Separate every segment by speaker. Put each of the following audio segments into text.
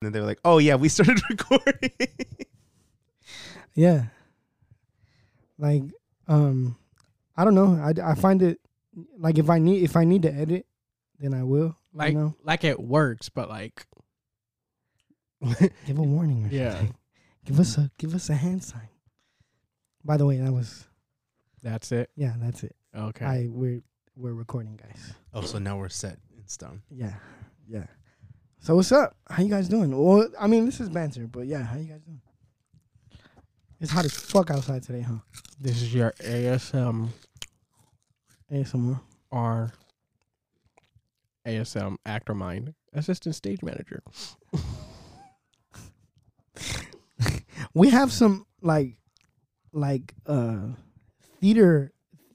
Speaker 1: then they were like, "Oh yeah, we started recording."
Speaker 2: Yeah. Like, um, I don't know. I, I find it like if I need if I need to edit, then I will.
Speaker 3: Like,
Speaker 2: you know,
Speaker 3: like it works, but like,
Speaker 2: give a warning. Or
Speaker 3: yeah,
Speaker 2: something. Give us a give us a hand sign. By the way, that was
Speaker 3: that's it.
Speaker 2: yeah. That's it.
Speaker 3: Okay.
Speaker 2: I we're we're recording, guys.
Speaker 1: oh, so now we're set in stone.
Speaker 2: Yeah, yeah. So what's up? How you guys doing? Well, I mean, this is banter, but yeah, how you guys doing? It's hot as fuck outside today, huh?
Speaker 3: this is your ASM
Speaker 2: ASMR.
Speaker 3: or ASM actor mind assistant stage manager.
Speaker 2: We have some like, like uh, theater,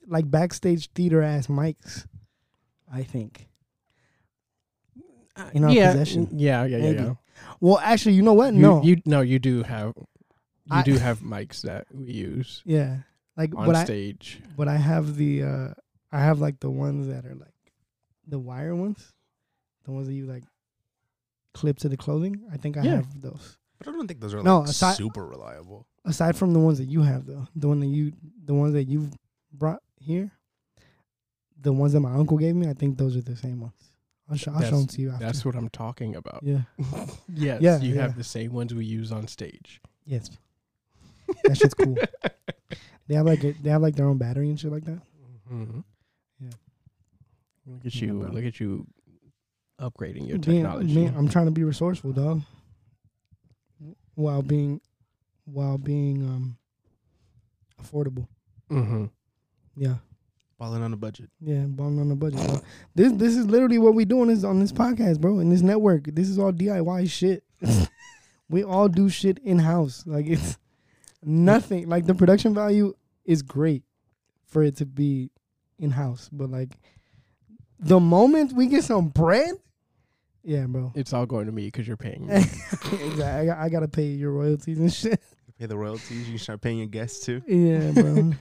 Speaker 2: like backstage theater ass mics. I think. In our
Speaker 3: yeah,
Speaker 2: possession.
Speaker 3: n- Yeah, yeah, yeah,
Speaker 2: Maybe.
Speaker 3: yeah.
Speaker 2: Well, actually, you know what?
Speaker 3: You,
Speaker 2: no.
Speaker 3: you no, you do have you
Speaker 2: I-
Speaker 3: do have mics that we use
Speaker 2: yeah. Like,
Speaker 3: on
Speaker 2: but I
Speaker 3: stage.
Speaker 2: but I have the uh I have like the ones that are like the wire ones, the ones that you like clip to the clothing. I think I
Speaker 3: Yeah.
Speaker 2: have those.
Speaker 1: But I don't think those are
Speaker 2: No,
Speaker 1: like
Speaker 2: aside-
Speaker 1: super reliable.
Speaker 2: Aside from the ones that you have though, the one that you the ones that you've brought here, the ones that my uncle gave me, I think those are the same ones. I'll, sh- I'll show
Speaker 3: That's-
Speaker 2: them to you after.
Speaker 3: That's what I'm talking about.
Speaker 2: yeah.
Speaker 3: Yes,
Speaker 2: Yeah,
Speaker 3: you
Speaker 2: yeah.
Speaker 3: have the same ones we use on stage.
Speaker 2: Yes. That shit's cool. They have like a, they have like their own battery and shit like that.
Speaker 3: hmm
Speaker 2: Yeah.
Speaker 3: Look at
Speaker 2: Yeah,
Speaker 3: you!
Speaker 2: bro.
Speaker 3: Look at you! Upgrading your
Speaker 2: Being-
Speaker 3: technology.
Speaker 2: being- I'm trying to be resourceful, dog. While being, while being um, affordable.
Speaker 3: mm-hmm.
Speaker 2: Yeah,
Speaker 1: Balling on a budget.
Speaker 2: yeah. Balling on the budget. dog. This this is literally what we doing is on this podcast, bro, and this network. This is all DIY shit. we all do shit in house. Like it's nothing. Like the production value is great for it to be in house, but like the moment we get some bread, yeah, bro.
Speaker 3: It's all going to me because you're paying me.
Speaker 2: exactly. I, got- I gotta pay your royalties and shit.
Speaker 1: You pay the royalties. You start paying your guests too.
Speaker 2: Yeah, bro.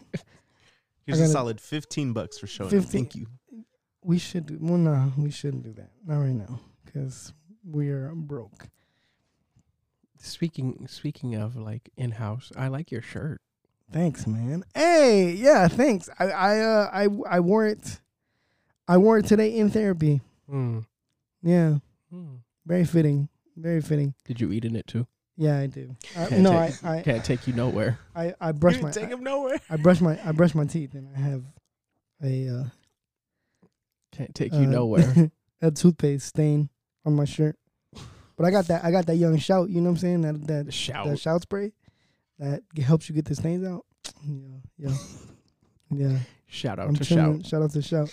Speaker 1: Here's
Speaker 2: I
Speaker 1: a
Speaker 2: gotta-
Speaker 1: solid fifteen bucks for showing. up.
Speaker 2: 15.
Speaker 1: Thank you.
Speaker 2: we should. Do, well, nah, we shouldn't do that. Not right now, because we are broke.
Speaker 3: speaking speaking of like in house, I like your shirt.
Speaker 2: Thanks, man. Hey, yeah, thanks. I, I, uh, I, I wore it. I wore it today in therapy.
Speaker 3: Mm.
Speaker 2: Yeah, Hmm.
Speaker 3: Mm.
Speaker 2: very fitting. Very fitting.
Speaker 3: Did you eat in it too?
Speaker 2: Yeah, I do. I,
Speaker 3: Can't
Speaker 2: no, I,
Speaker 3: take-
Speaker 2: I,
Speaker 3: Can't take you nowhere.
Speaker 2: I, I brush
Speaker 1: You
Speaker 2: my.
Speaker 1: take him nowhere.
Speaker 2: I brush my. I brush my teeth, and I have a. Uh,
Speaker 3: Can't take you
Speaker 2: uh,
Speaker 3: nowhere.
Speaker 2: a toothpaste stain on my shirt. But I got that I got that young shout, you know what I'm saying? That that
Speaker 3: Shout.
Speaker 2: that shout spray that g- helps you get the stains out. Yeah, yeah. Yeah.
Speaker 3: shout out
Speaker 2: I'm
Speaker 3: to
Speaker 2: trying
Speaker 3: shout.
Speaker 2: shout out to shout.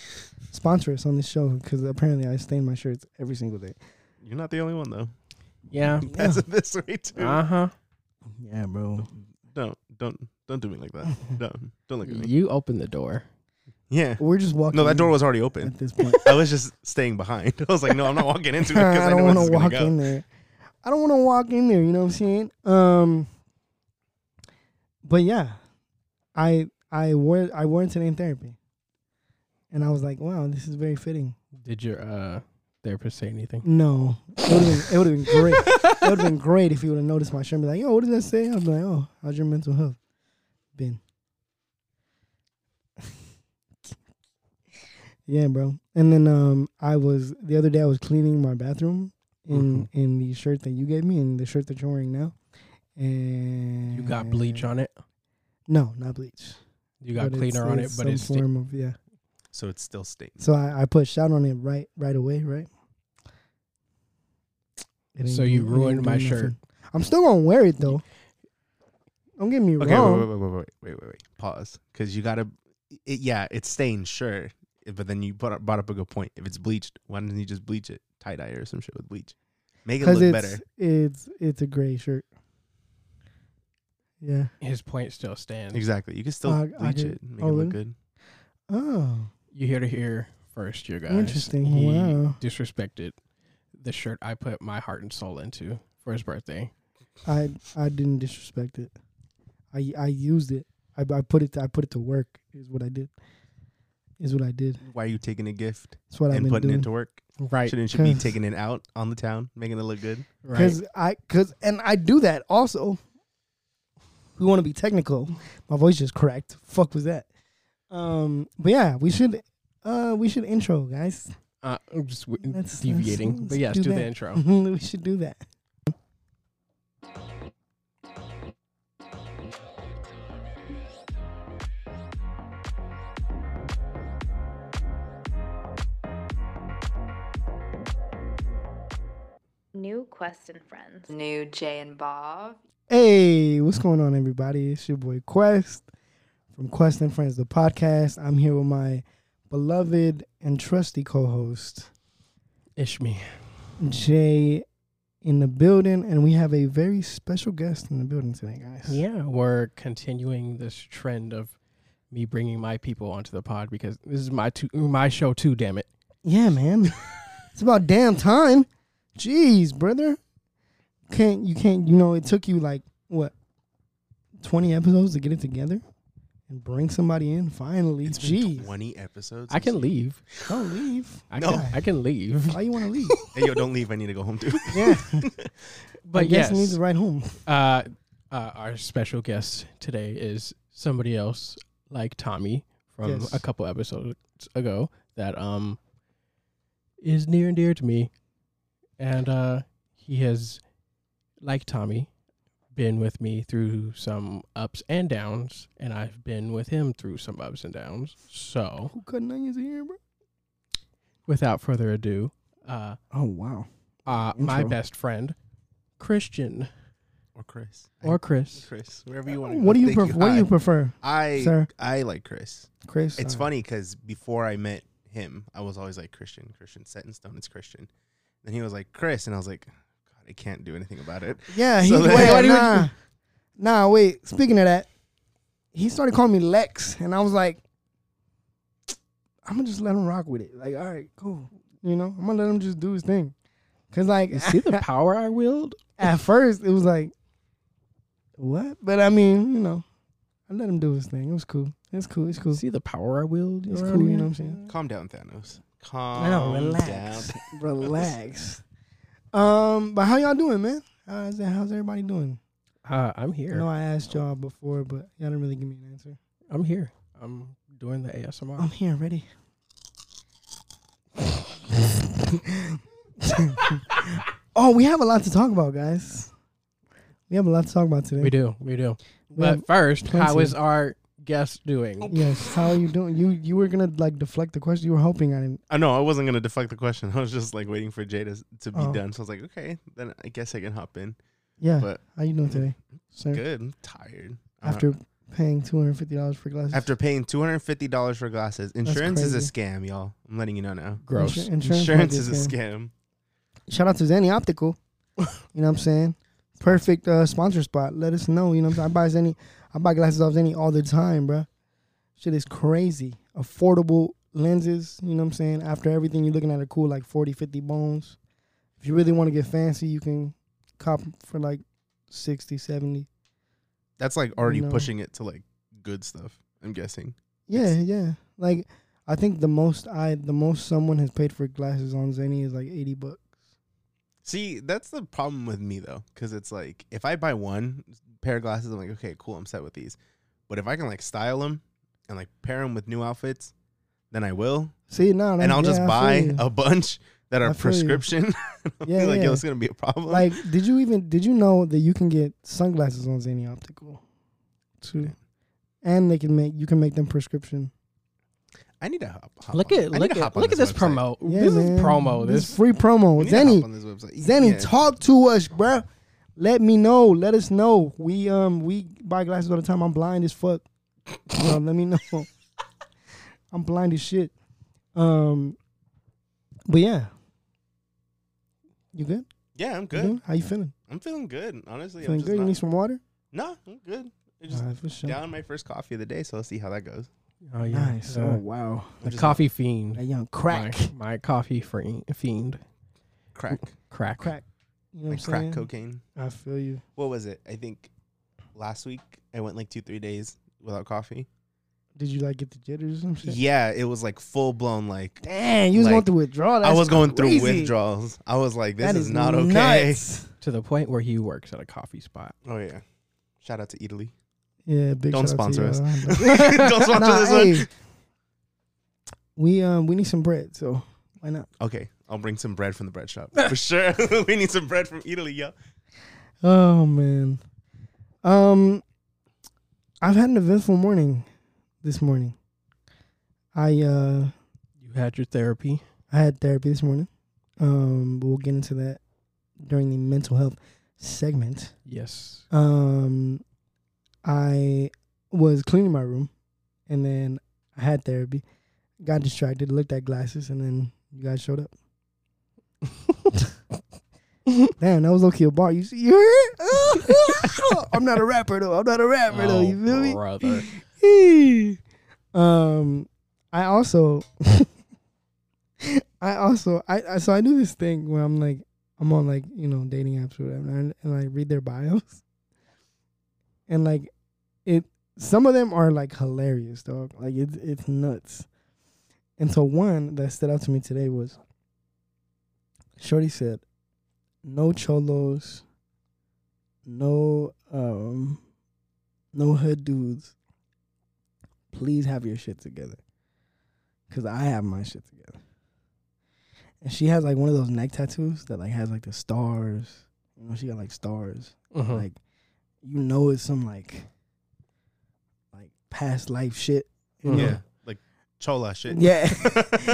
Speaker 2: Sponsor us on this show because apparently I stain my shirts every single day.
Speaker 1: You're not the only one though.
Speaker 3: Yeah.
Speaker 1: That's it this way too.
Speaker 3: Uh huh.
Speaker 2: Yeah, bro.
Speaker 1: don't don't don't do me like that. Don't don't look at me.
Speaker 3: You open the door.
Speaker 1: Yeah.
Speaker 2: We're just walking
Speaker 1: No, that door was already
Speaker 2: in
Speaker 1: open.
Speaker 2: at this point.
Speaker 1: I was just staying behind. I was like, no, I'm not walking into it because I,
Speaker 2: I
Speaker 1: know
Speaker 2: don't
Speaker 1: where this
Speaker 2: want to
Speaker 1: is gonna
Speaker 2: walk
Speaker 1: go.
Speaker 2: in there. I don't want to walk in there. You know what I'm saying? Um, but yeah, I I wore I wore it today in therapy, and I was like, wow, this is very fitting.
Speaker 3: Did your uh therapist say anything?
Speaker 2: No, it would have been, it would have been great. it would have been great if you would have noticed my shirt. and Be like, yo, what does that say? I'm like, oh, how's your mental health been? yeah, bro. And then um, I was the other day. I was cleaning my bathroom in
Speaker 3: Mm-hmm.
Speaker 2: in the shirt that you gave me and the shirt that you're wearing now. And
Speaker 3: You got bleach on it.
Speaker 2: No, not bleach.
Speaker 3: You got
Speaker 2: But it's-
Speaker 3: cleaner on it,
Speaker 2: it's
Speaker 3: but
Speaker 2: some
Speaker 3: it's
Speaker 2: form of yeah.
Speaker 1: So it's still stains.
Speaker 2: So I, I put shout on it right right away, right? It ain't
Speaker 3: So you
Speaker 2: do- it ain't
Speaker 3: ruined
Speaker 2: do
Speaker 3: my
Speaker 2: nothing.
Speaker 3: shirt.
Speaker 2: I'm still gonna wear it though. Don't get me
Speaker 1: Okay, wait,
Speaker 2: wrong.
Speaker 1: wait, wait, wait, wait, wait, wait, wait. Pause, because you gotta. It, yeah, it's stained, sure, eh, but then you brought up, brought up a good point. If it's bleached, why didn't you just bleach it, tie dye or some shit with bleach? Make it look
Speaker 2: Because it's
Speaker 1: better.
Speaker 2: it's it's a gray shirt. Yeah.
Speaker 3: his point still stands.
Speaker 1: Exactly, you can still
Speaker 2: I- I
Speaker 1: bleach
Speaker 2: did-
Speaker 1: it, and make
Speaker 2: oh,
Speaker 1: it look
Speaker 2: really?
Speaker 1: good.
Speaker 2: Oh,
Speaker 3: You hear to hear first, you guys.
Speaker 2: Interesting.
Speaker 3: He
Speaker 2: Wow.
Speaker 3: Disrespected the shirt I put my heart and soul into for his birthday.
Speaker 2: I I didn't disrespect it. I I used it. I I put it to, I put it to work. Is what I did. Is what I did.
Speaker 1: Why are you taking a gift
Speaker 2: That's what I've
Speaker 1: and
Speaker 2: been
Speaker 1: putting
Speaker 2: doing.
Speaker 1: it to work?
Speaker 3: Right.
Speaker 1: Shouldn't you be
Speaker 2: 'cause-
Speaker 1: taking it out on the town, making it look good?
Speaker 3: Right.
Speaker 2: Because I, because, and I do that also. We want to be technical. My voice is cracked. Fuck was that? Um, but yeah, we should, uh, we should intro, guys.
Speaker 3: Uh, I'm just w-
Speaker 2: Let's- let's-
Speaker 3: deviating.
Speaker 2: let's
Speaker 3: but yes,
Speaker 2: do
Speaker 3: do,
Speaker 2: that. Hmm.
Speaker 3: the intro.
Speaker 2: we should do that.
Speaker 4: New Quest and Friends. New Jay and Bob.
Speaker 2: Hey, what's going on, everybody? It's your boy Quest from Quest and Friends, the podcast. I'm here with my beloved and trusty co-host
Speaker 3: Ish me.
Speaker 2: Jay in the building, and we have a very special guest in the building today, guys.
Speaker 3: Yeah, we're continuing this trend of me bringing my people onto the pod because this is my two, my show too. Damn it.
Speaker 2: Yeah, man. it's about damn time. Jeez, brother. Can't you can't you know it took you like what twenty episodes to get it together and bring somebody in finally.
Speaker 1: It's been
Speaker 2: Jeez.
Speaker 1: twenty episodes.
Speaker 3: I can leave.
Speaker 2: Don't leave.
Speaker 3: I
Speaker 1: No.
Speaker 3: can. I can leave.
Speaker 2: Why you wanna leave?
Speaker 1: Hey, yo, don't leave. I need to go home too.
Speaker 2: yeah. I
Speaker 3: But
Speaker 2: guess
Speaker 3: yes,
Speaker 2: he needs to ride home.
Speaker 3: uh, uh, our special guest today is somebody else like Tommy from
Speaker 2: Yes.
Speaker 3: a couple episodes ago that um is near and dear to me, and uh, he has, like Tommy, been with me through some ups and downs, and I've been with him through some ups and downs. So,
Speaker 2: Who cutting onions in here, bro?
Speaker 3: without further ado, uh,
Speaker 2: Oh wow.
Speaker 3: uh, my
Speaker 2: Intro.
Speaker 3: best friend, Christian
Speaker 1: or Chris.
Speaker 3: or Chris.
Speaker 1: Chris, wherever you want to go.
Speaker 2: What do you
Speaker 1: Thank
Speaker 2: pref- what do you
Speaker 1: Hi.
Speaker 2: prefer,
Speaker 1: I
Speaker 2: sir?
Speaker 1: I like Chris.
Speaker 2: Chris.
Speaker 1: It's
Speaker 2: Uh,
Speaker 1: funny because before I met him, I was always like Christian, Christian, set in stone. It's Christian. Then he was like Chris, and I was like, God, I can't do anything about it.
Speaker 2: Yeah, he,
Speaker 1: So then-
Speaker 2: wait,
Speaker 1: Why do you-
Speaker 2: nah, nah, wait. Speaking of that, he started calling me Lex, and I was like, I'm gonna just let him rock with it. Like, all right, cool. You know, I'm gonna let him just do his thing. Cause like
Speaker 3: You see the power I wield?
Speaker 2: at first it was like, what? But I mean, you know, I let him do his thing. It was cool. It's cool. It's cool.
Speaker 3: See the power I wield.
Speaker 2: It's
Speaker 3: around
Speaker 2: cool, you
Speaker 3: here?
Speaker 2: know what I'm saying?
Speaker 1: Calm down, Thanos. Calm
Speaker 2: I know.
Speaker 1: down.
Speaker 2: Relax. relax. Um, but how y'all doing, man? How's that? How's everybody doing?
Speaker 3: Uh, I'm
Speaker 2: I
Speaker 3: here.
Speaker 2: know I asked y'all before, but y'all didn't really give me an answer.
Speaker 3: I'm here. I'm doing the ASMR.
Speaker 2: I'm here, ready. oh, we have a lot to talk about, guys. We have a lot to talk about today.
Speaker 3: We do, we do.
Speaker 2: We have-
Speaker 3: But first, how
Speaker 2: plenty. Oh,
Speaker 3: is our guest doing?
Speaker 2: yes, how are you doing? You you were gonna like deflect the question. You were hoping I didn't.
Speaker 1: I know I wasn't gonna deflect the question. I was just like waiting for Jay to, to be
Speaker 2: Oh.
Speaker 1: done. So I was like, okay, then I guess I can hop in.
Speaker 2: Yeah.
Speaker 1: But
Speaker 2: how you doing today, sir?
Speaker 1: good, I'm tired. I'm
Speaker 2: After paying two hundred fifty dollars for glasses.
Speaker 1: After paying two hundred and fifty dollars for glasses, insurance is a
Speaker 2: crazy.
Speaker 1: scam, y'all. I'm letting you know now.
Speaker 3: Gross.
Speaker 2: Insur-
Speaker 1: Insurance
Speaker 2: might
Speaker 1: is
Speaker 2: be
Speaker 1: a scam.
Speaker 2: Shout out to Zenny Optical. You know what I'm saying? Perfect uh, sponsor spot. Let us know. You know what I'm saying? I buy Zenny. I buy glasses off Zenny all the time, bruh. Shit is crazy. Affordable lenses. You know what I'm saying? After everything, you're looking at a cool like 40, 50 bones. If you really want to get fancy, you can cop for like 60, 70.
Speaker 1: That's like already
Speaker 2: No.
Speaker 1: pushing it to like good stuff. I'm guessing.
Speaker 2: Yeah, yeah. Like I think the most I the most someone has paid for glasses on Zenny is like 80 bucks.
Speaker 1: See, that's the problem with me though, because it's like if I buy one pair of glasses, I'm like, okay, cool, I'm set with these. But if I can like style them and like pair them with new outfits, then I will,
Speaker 2: See, no,
Speaker 1: and I'll just buy
Speaker 2: a
Speaker 1: a bunch that
Speaker 2: I
Speaker 1: are
Speaker 2: feel you.
Speaker 1: prescription.
Speaker 2: Yeah,
Speaker 1: like,
Speaker 2: yeah.
Speaker 1: yo, it's gonna be a problem.
Speaker 2: like did you even did you know that you can get sunglasses on Zany Optical too? And they can make you can make them prescription.
Speaker 1: I need to hop. hop
Speaker 3: Look
Speaker 1: on- I
Speaker 3: at
Speaker 1: need
Speaker 3: look
Speaker 1: to hop
Speaker 3: at
Speaker 1: on
Speaker 3: look at this
Speaker 1: website.
Speaker 3: promo.
Speaker 2: Yeah,
Speaker 3: this
Speaker 2: man.
Speaker 3: is promo.
Speaker 2: This,
Speaker 3: This
Speaker 2: free promo.
Speaker 1: We need to hop
Speaker 2: Zenny,
Speaker 1: on this website.
Speaker 2: Zenny,
Speaker 1: Yeah.
Speaker 2: talk to us, bruh. Let me know. Let us know. We um we buy glasses all the time. I'm blind as fuck. Bro, let me know. I'm blind as shit. Um, but yeah, you good?
Speaker 1: Yeah, I'm
Speaker 2: You
Speaker 1: good.
Speaker 2: How you feeling?
Speaker 1: I'm feeling good. Honestly,
Speaker 2: Mm-hmm. feeling
Speaker 1: I'm
Speaker 2: good? You need
Speaker 1: just
Speaker 2: some water?
Speaker 1: not, no, I'm good. I just
Speaker 2: Alright, for sure.
Speaker 1: down my first coffee of the day, so let's see how that goes.
Speaker 3: oh yeah,
Speaker 2: Nice.
Speaker 3: uh,
Speaker 2: oh wow.
Speaker 1: I'm
Speaker 3: the
Speaker 1: just
Speaker 3: coffee fiend.
Speaker 2: That young
Speaker 3: My,
Speaker 2: crack.
Speaker 3: my coffee fiend, fiend.
Speaker 1: crack,
Speaker 3: Crack.
Speaker 2: Crack. You know
Speaker 1: like
Speaker 2: what I'm
Speaker 1: crack
Speaker 2: saying?
Speaker 1: cocaine.
Speaker 2: I feel you.
Speaker 1: What was it? I think last week I went like two, three days without coffee.
Speaker 2: Did you like get the jitters or some shit?
Speaker 1: Yeah, it was like full blown like
Speaker 2: Dang, you was going
Speaker 1: Like,
Speaker 2: through withdrawal.
Speaker 1: I
Speaker 2: That's
Speaker 1: was going
Speaker 2: crazy.
Speaker 1: through withdrawals. I was like, this
Speaker 2: That
Speaker 1: is, not okay.
Speaker 2: nuts.
Speaker 3: to the point where he works at a coffee spot.
Speaker 1: Oh yeah. Shout out to Italy.
Speaker 2: Yeah, big
Speaker 1: Don't
Speaker 2: shout out
Speaker 1: sponsor
Speaker 2: to
Speaker 1: us.
Speaker 2: y'all.
Speaker 1: Don't sponsor
Speaker 2: Nah,
Speaker 1: this one.
Speaker 2: hey, we um we need some bread, so why not?
Speaker 1: Okay, I'll bring some bread from the bread shop for sure. we need some bread from Italy, yo.
Speaker 2: Oh man, um, I've had an eventful morning. This morning, I uh
Speaker 3: You had your therapy.
Speaker 2: I had therapy this morning. Um, but we'll get into that during the mental health segment.
Speaker 3: Yes.
Speaker 2: um I was cleaning my room and then I had therapy, got distracted, looked at glasses, and then you guys showed up. Damn, that was low key a bar. You see, you heard? I'm not a rapper though. I'm not a rapper though.
Speaker 3: Oh,
Speaker 2: You feel me?
Speaker 3: brother.
Speaker 2: Eee. um, I also, I also, I, I so I do this thing where I'm like, I'm on like you know dating apps or whatever, and, and I read their bios, and like, it some of them are like hilarious, dog. Like it's it's nuts. And so one that stood out to me today was, Shorty said, "No cholos, no um, no hood dudes." please have your shit together. Cause I have my shit together. And she has like one of those neck tattoos that like has like the stars. You know, she got like stars.
Speaker 3: Mhm.
Speaker 2: Like you know it's some like like past life shit. You
Speaker 3: Mm-hmm.
Speaker 2: know?
Speaker 1: Yeah, like chola shit.
Speaker 2: Yeah.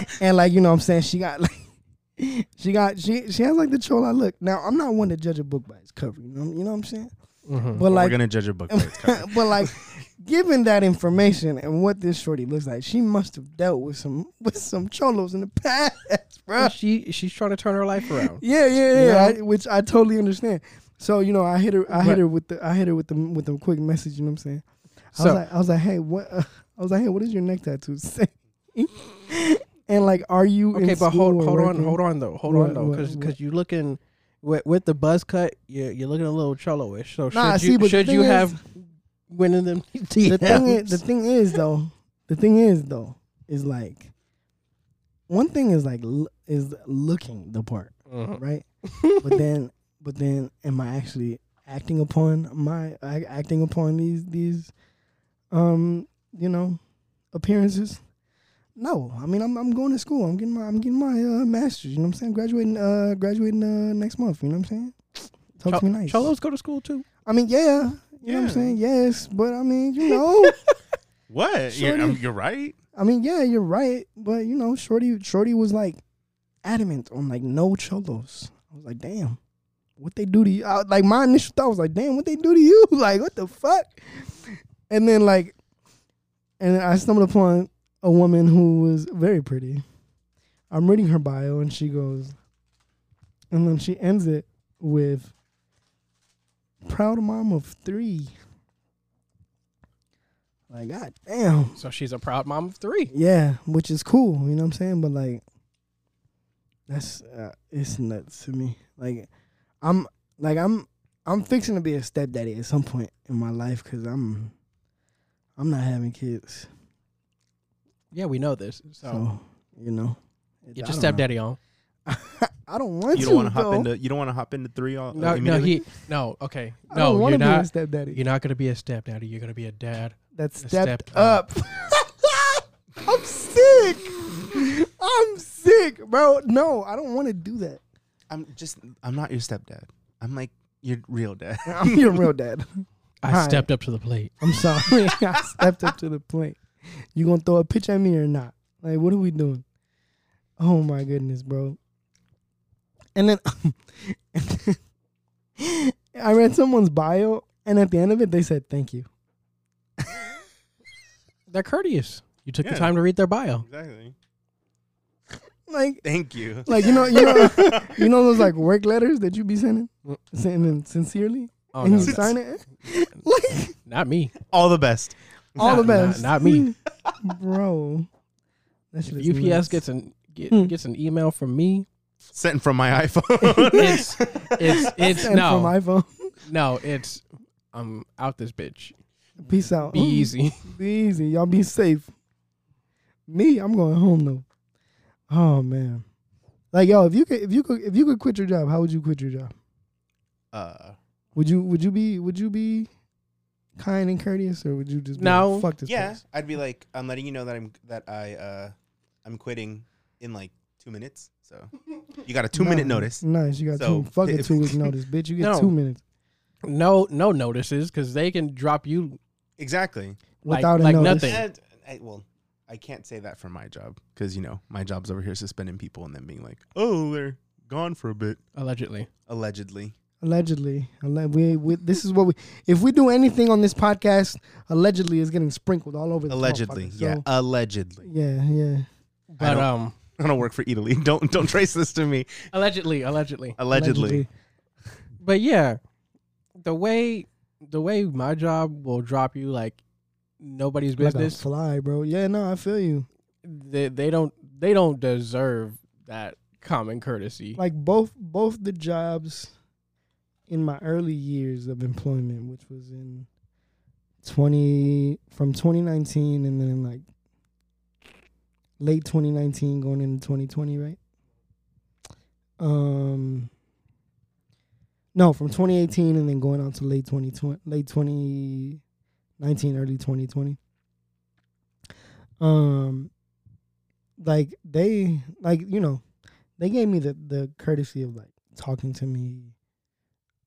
Speaker 2: and like, you know what I'm saying? She got like she got she she has like the chola look. Now I'm not one to judge a book by its cover, you know, you know what I'm saying?
Speaker 3: Mhm.
Speaker 2: But
Speaker 1: we're
Speaker 2: Mm. like
Speaker 1: gonna judge a book. by its cover.
Speaker 2: but like given that information and what this shorty looks like, she must have dealt with some with some cholos in the past, bro.
Speaker 3: And Ah, she she's trying to turn her life around.
Speaker 2: Yeah, yeah, yeah.
Speaker 3: Yeah.
Speaker 2: I, which I totally understand. So you know, I hit her. I hit
Speaker 3: Right.
Speaker 2: her with the. I hit her with the with a quick message. You know what I'm saying? I
Speaker 3: So-
Speaker 2: was like, I was like, hey, what? Uh, I was like, hey, what is your neck tattoo say? and like, are you
Speaker 3: Okay,
Speaker 2: in
Speaker 3: but hold
Speaker 2: school or
Speaker 3: hold on,
Speaker 2: working?
Speaker 3: hold on though, hold
Speaker 2: What-
Speaker 3: on though,
Speaker 2: what-
Speaker 3: because
Speaker 2: what?
Speaker 3: you looking with, with the buzz cut, you're, you're looking a little cholo-ish. So
Speaker 2: Nah,
Speaker 3: should
Speaker 2: see,
Speaker 3: you
Speaker 2: but the
Speaker 3: should
Speaker 2: thing
Speaker 3: you
Speaker 2: is-
Speaker 3: have went in them DMs?
Speaker 2: the thing is, the thing is though, the thing is though, is like, one thing is like l- is looking the part,
Speaker 3: Mhm.
Speaker 2: right? but then, but then, am I actually acting upon my I, acting upon these these, um, you know, appearances? No, I mean I'm I'm going to school. I'm getting my I'm getting my uh, master's. You know what I'm saying? Graduating uh graduating uh next month. You know what I'm saying? Talk
Speaker 3: Chol-
Speaker 2: to me nice.
Speaker 3: Cholos go to school too.
Speaker 2: I mean, yeah. You know what
Speaker 1: Yeah.
Speaker 2: I'm saying? Yes, but I mean, you know.
Speaker 1: what? You're,
Speaker 2: Shorty.
Speaker 1: I'm- you're right.
Speaker 2: I mean, yeah, you're right, but you know, Shorty, Shorty was like adamant on like no cholos. I was like, damn, what they do to you? I, like my initial thought was like, damn, what they do to you? like, what the fuck? And then like, and then I stumbled upon a woman who was very pretty. I'm reading her bio, and she goes, and then she ends it with, "Proud mom of three. Like, god damn.
Speaker 3: So she's a proud mom of three.
Speaker 2: Yeah, which is cool. You know what I'm saying? But like, that's uh, it's nuts to me. Like, I'm like I'm I'm fixing to be a stepdaddy at some point in my life because I'm I'm not having kids.
Speaker 3: Yeah, we know this. So,
Speaker 2: So you know, I
Speaker 3: you Oh. just
Speaker 2: don't know.
Speaker 3: stepdaddy on.
Speaker 2: I don't want
Speaker 1: You
Speaker 2: to.
Speaker 1: don't want to
Speaker 2: though.
Speaker 1: hop into. You don't want to hop into three all.
Speaker 3: No, no,
Speaker 1: immediately?
Speaker 3: he no. Okay,
Speaker 2: I don't
Speaker 3: no,
Speaker 2: want
Speaker 3: you're
Speaker 2: to be a
Speaker 3: not.
Speaker 2: stepdaddy.
Speaker 3: You're not gonna be a stepdaddy. You're gonna be a dad.
Speaker 2: that
Speaker 3: a
Speaker 2: stepped,
Speaker 3: stepped
Speaker 2: up. I'm sick. I'm sick, bro. No, I don't want to do that.
Speaker 1: I'm just. I'm not your stepdad. I'm like your real dad.
Speaker 2: I'm your real dad.
Speaker 3: I
Speaker 2: Alright.
Speaker 3: stepped up to the plate.
Speaker 2: I'm sorry. I stepped up to the plate. You gonna throw a pitch at me or not? Like, what are we doing? Oh my goodness, bro. And then, and then I read someone's bio, and at the end of it, they said thank you.
Speaker 3: They're courteous. You took
Speaker 1: Yeah.
Speaker 3: the time to read their bio.
Speaker 1: Exactly.
Speaker 2: Like,
Speaker 1: Thank you.
Speaker 2: like you know, you know, you know those like work letters that you be sending,
Speaker 3: Mm.
Speaker 2: sending sincerely,
Speaker 3: Oh
Speaker 2: and
Speaker 3: no,
Speaker 2: you
Speaker 3: no,
Speaker 2: sign it. like
Speaker 3: not me.
Speaker 1: All the best.
Speaker 2: all the
Speaker 3: Not- not-
Speaker 2: best,
Speaker 3: Not, me.
Speaker 2: bro. That shit is
Speaker 3: If
Speaker 2: nuts.
Speaker 3: UPS gets an get,
Speaker 2: Hmm.
Speaker 3: gets an email from me.
Speaker 1: Sent from my iPhone.
Speaker 3: It's it's it's
Speaker 2: and
Speaker 3: no
Speaker 2: from iPhone.
Speaker 3: no it's I'm out this bitch.
Speaker 2: Peace out.
Speaker 3: Be easy.
Speaker 2: Be easy. Y'all be safe. Me, I'm going home though. Oh man. Like yo, if you could if you could if you could quit your job, how would you quit your job?
Speaker 1: Uh,
Speaker 2: Would you would you be would you be kind and courteous or would you just be like,
Speaker 3: No.
Speaker 2: fuck this
Speaker 1: yeah,
Speaker 2: place?
Speaker 1: I'd be like, I'm letting you know that I'm that I uh, I'm quitting in like two minutes. So you got a two minute
Speaker 2: Nah,
Speaker 1: notice.
Speaker 2: Nice, you got
Speaker 1: So,
Speaker 2: two fucking
Speaker 1: if-
Speaker 2: two week notice, bitch. You get
Speaker 3: No.
Speaker 2: two minutes
Speaker 3: no, no notices because they can drop you.
Speaker 1: Exactly.
Speaker 3: Like-
Speaker 2: without
Speaker 3: like
Speaker 2: a notice.
Speaker 3: nothing.
Speaker 1: And I, well, I can't say that for my job because you know my job's over here suspending people and then being like, oh, they're gone for a bit,
Speaker 3: Allegedly,
Speaker 1: allegedly.
Speaker 2: Allegedly, Alle- we, we this is what we if we do anything on this podcast, allegedly is getting sprinkled all over. This
Speaker 1: Allegedly,
Speaker 2: motherfucker.
Speaker 1: yeah,
Speaker 2: So,
Speaker 1: allegedly.
Speaker 2: yeah, yeah.
Speaker 3: but
Speaker 1: don't-
Speaker 3: um,
Speaker 1: I don't work for Italy. Don't don't trace this to me.
Speaker 3: allegedly, allegedly.
Speaker 1: Allegedly.
Speaker 3: But yeah, the way the way my job will drop you like nobody's
Speaker 2: Like a
Speaker 3: business.
Speaker 2: fly, bro. Yeah, no, I feel you.
Speaker 3: they they don't they don't deserve that common courtesy.
Speaker 2: like both both the jobs in my early years of employment, which was in twenty from twenty nineteen and then like late twenty nineteen going into twenty twenty, right? Um no, from twenty eighteen and then going on to late twenty twenty late twenty nineteen, early twenty twenty. Um like they like, you know, they gave me the the courtesy of like talking to me,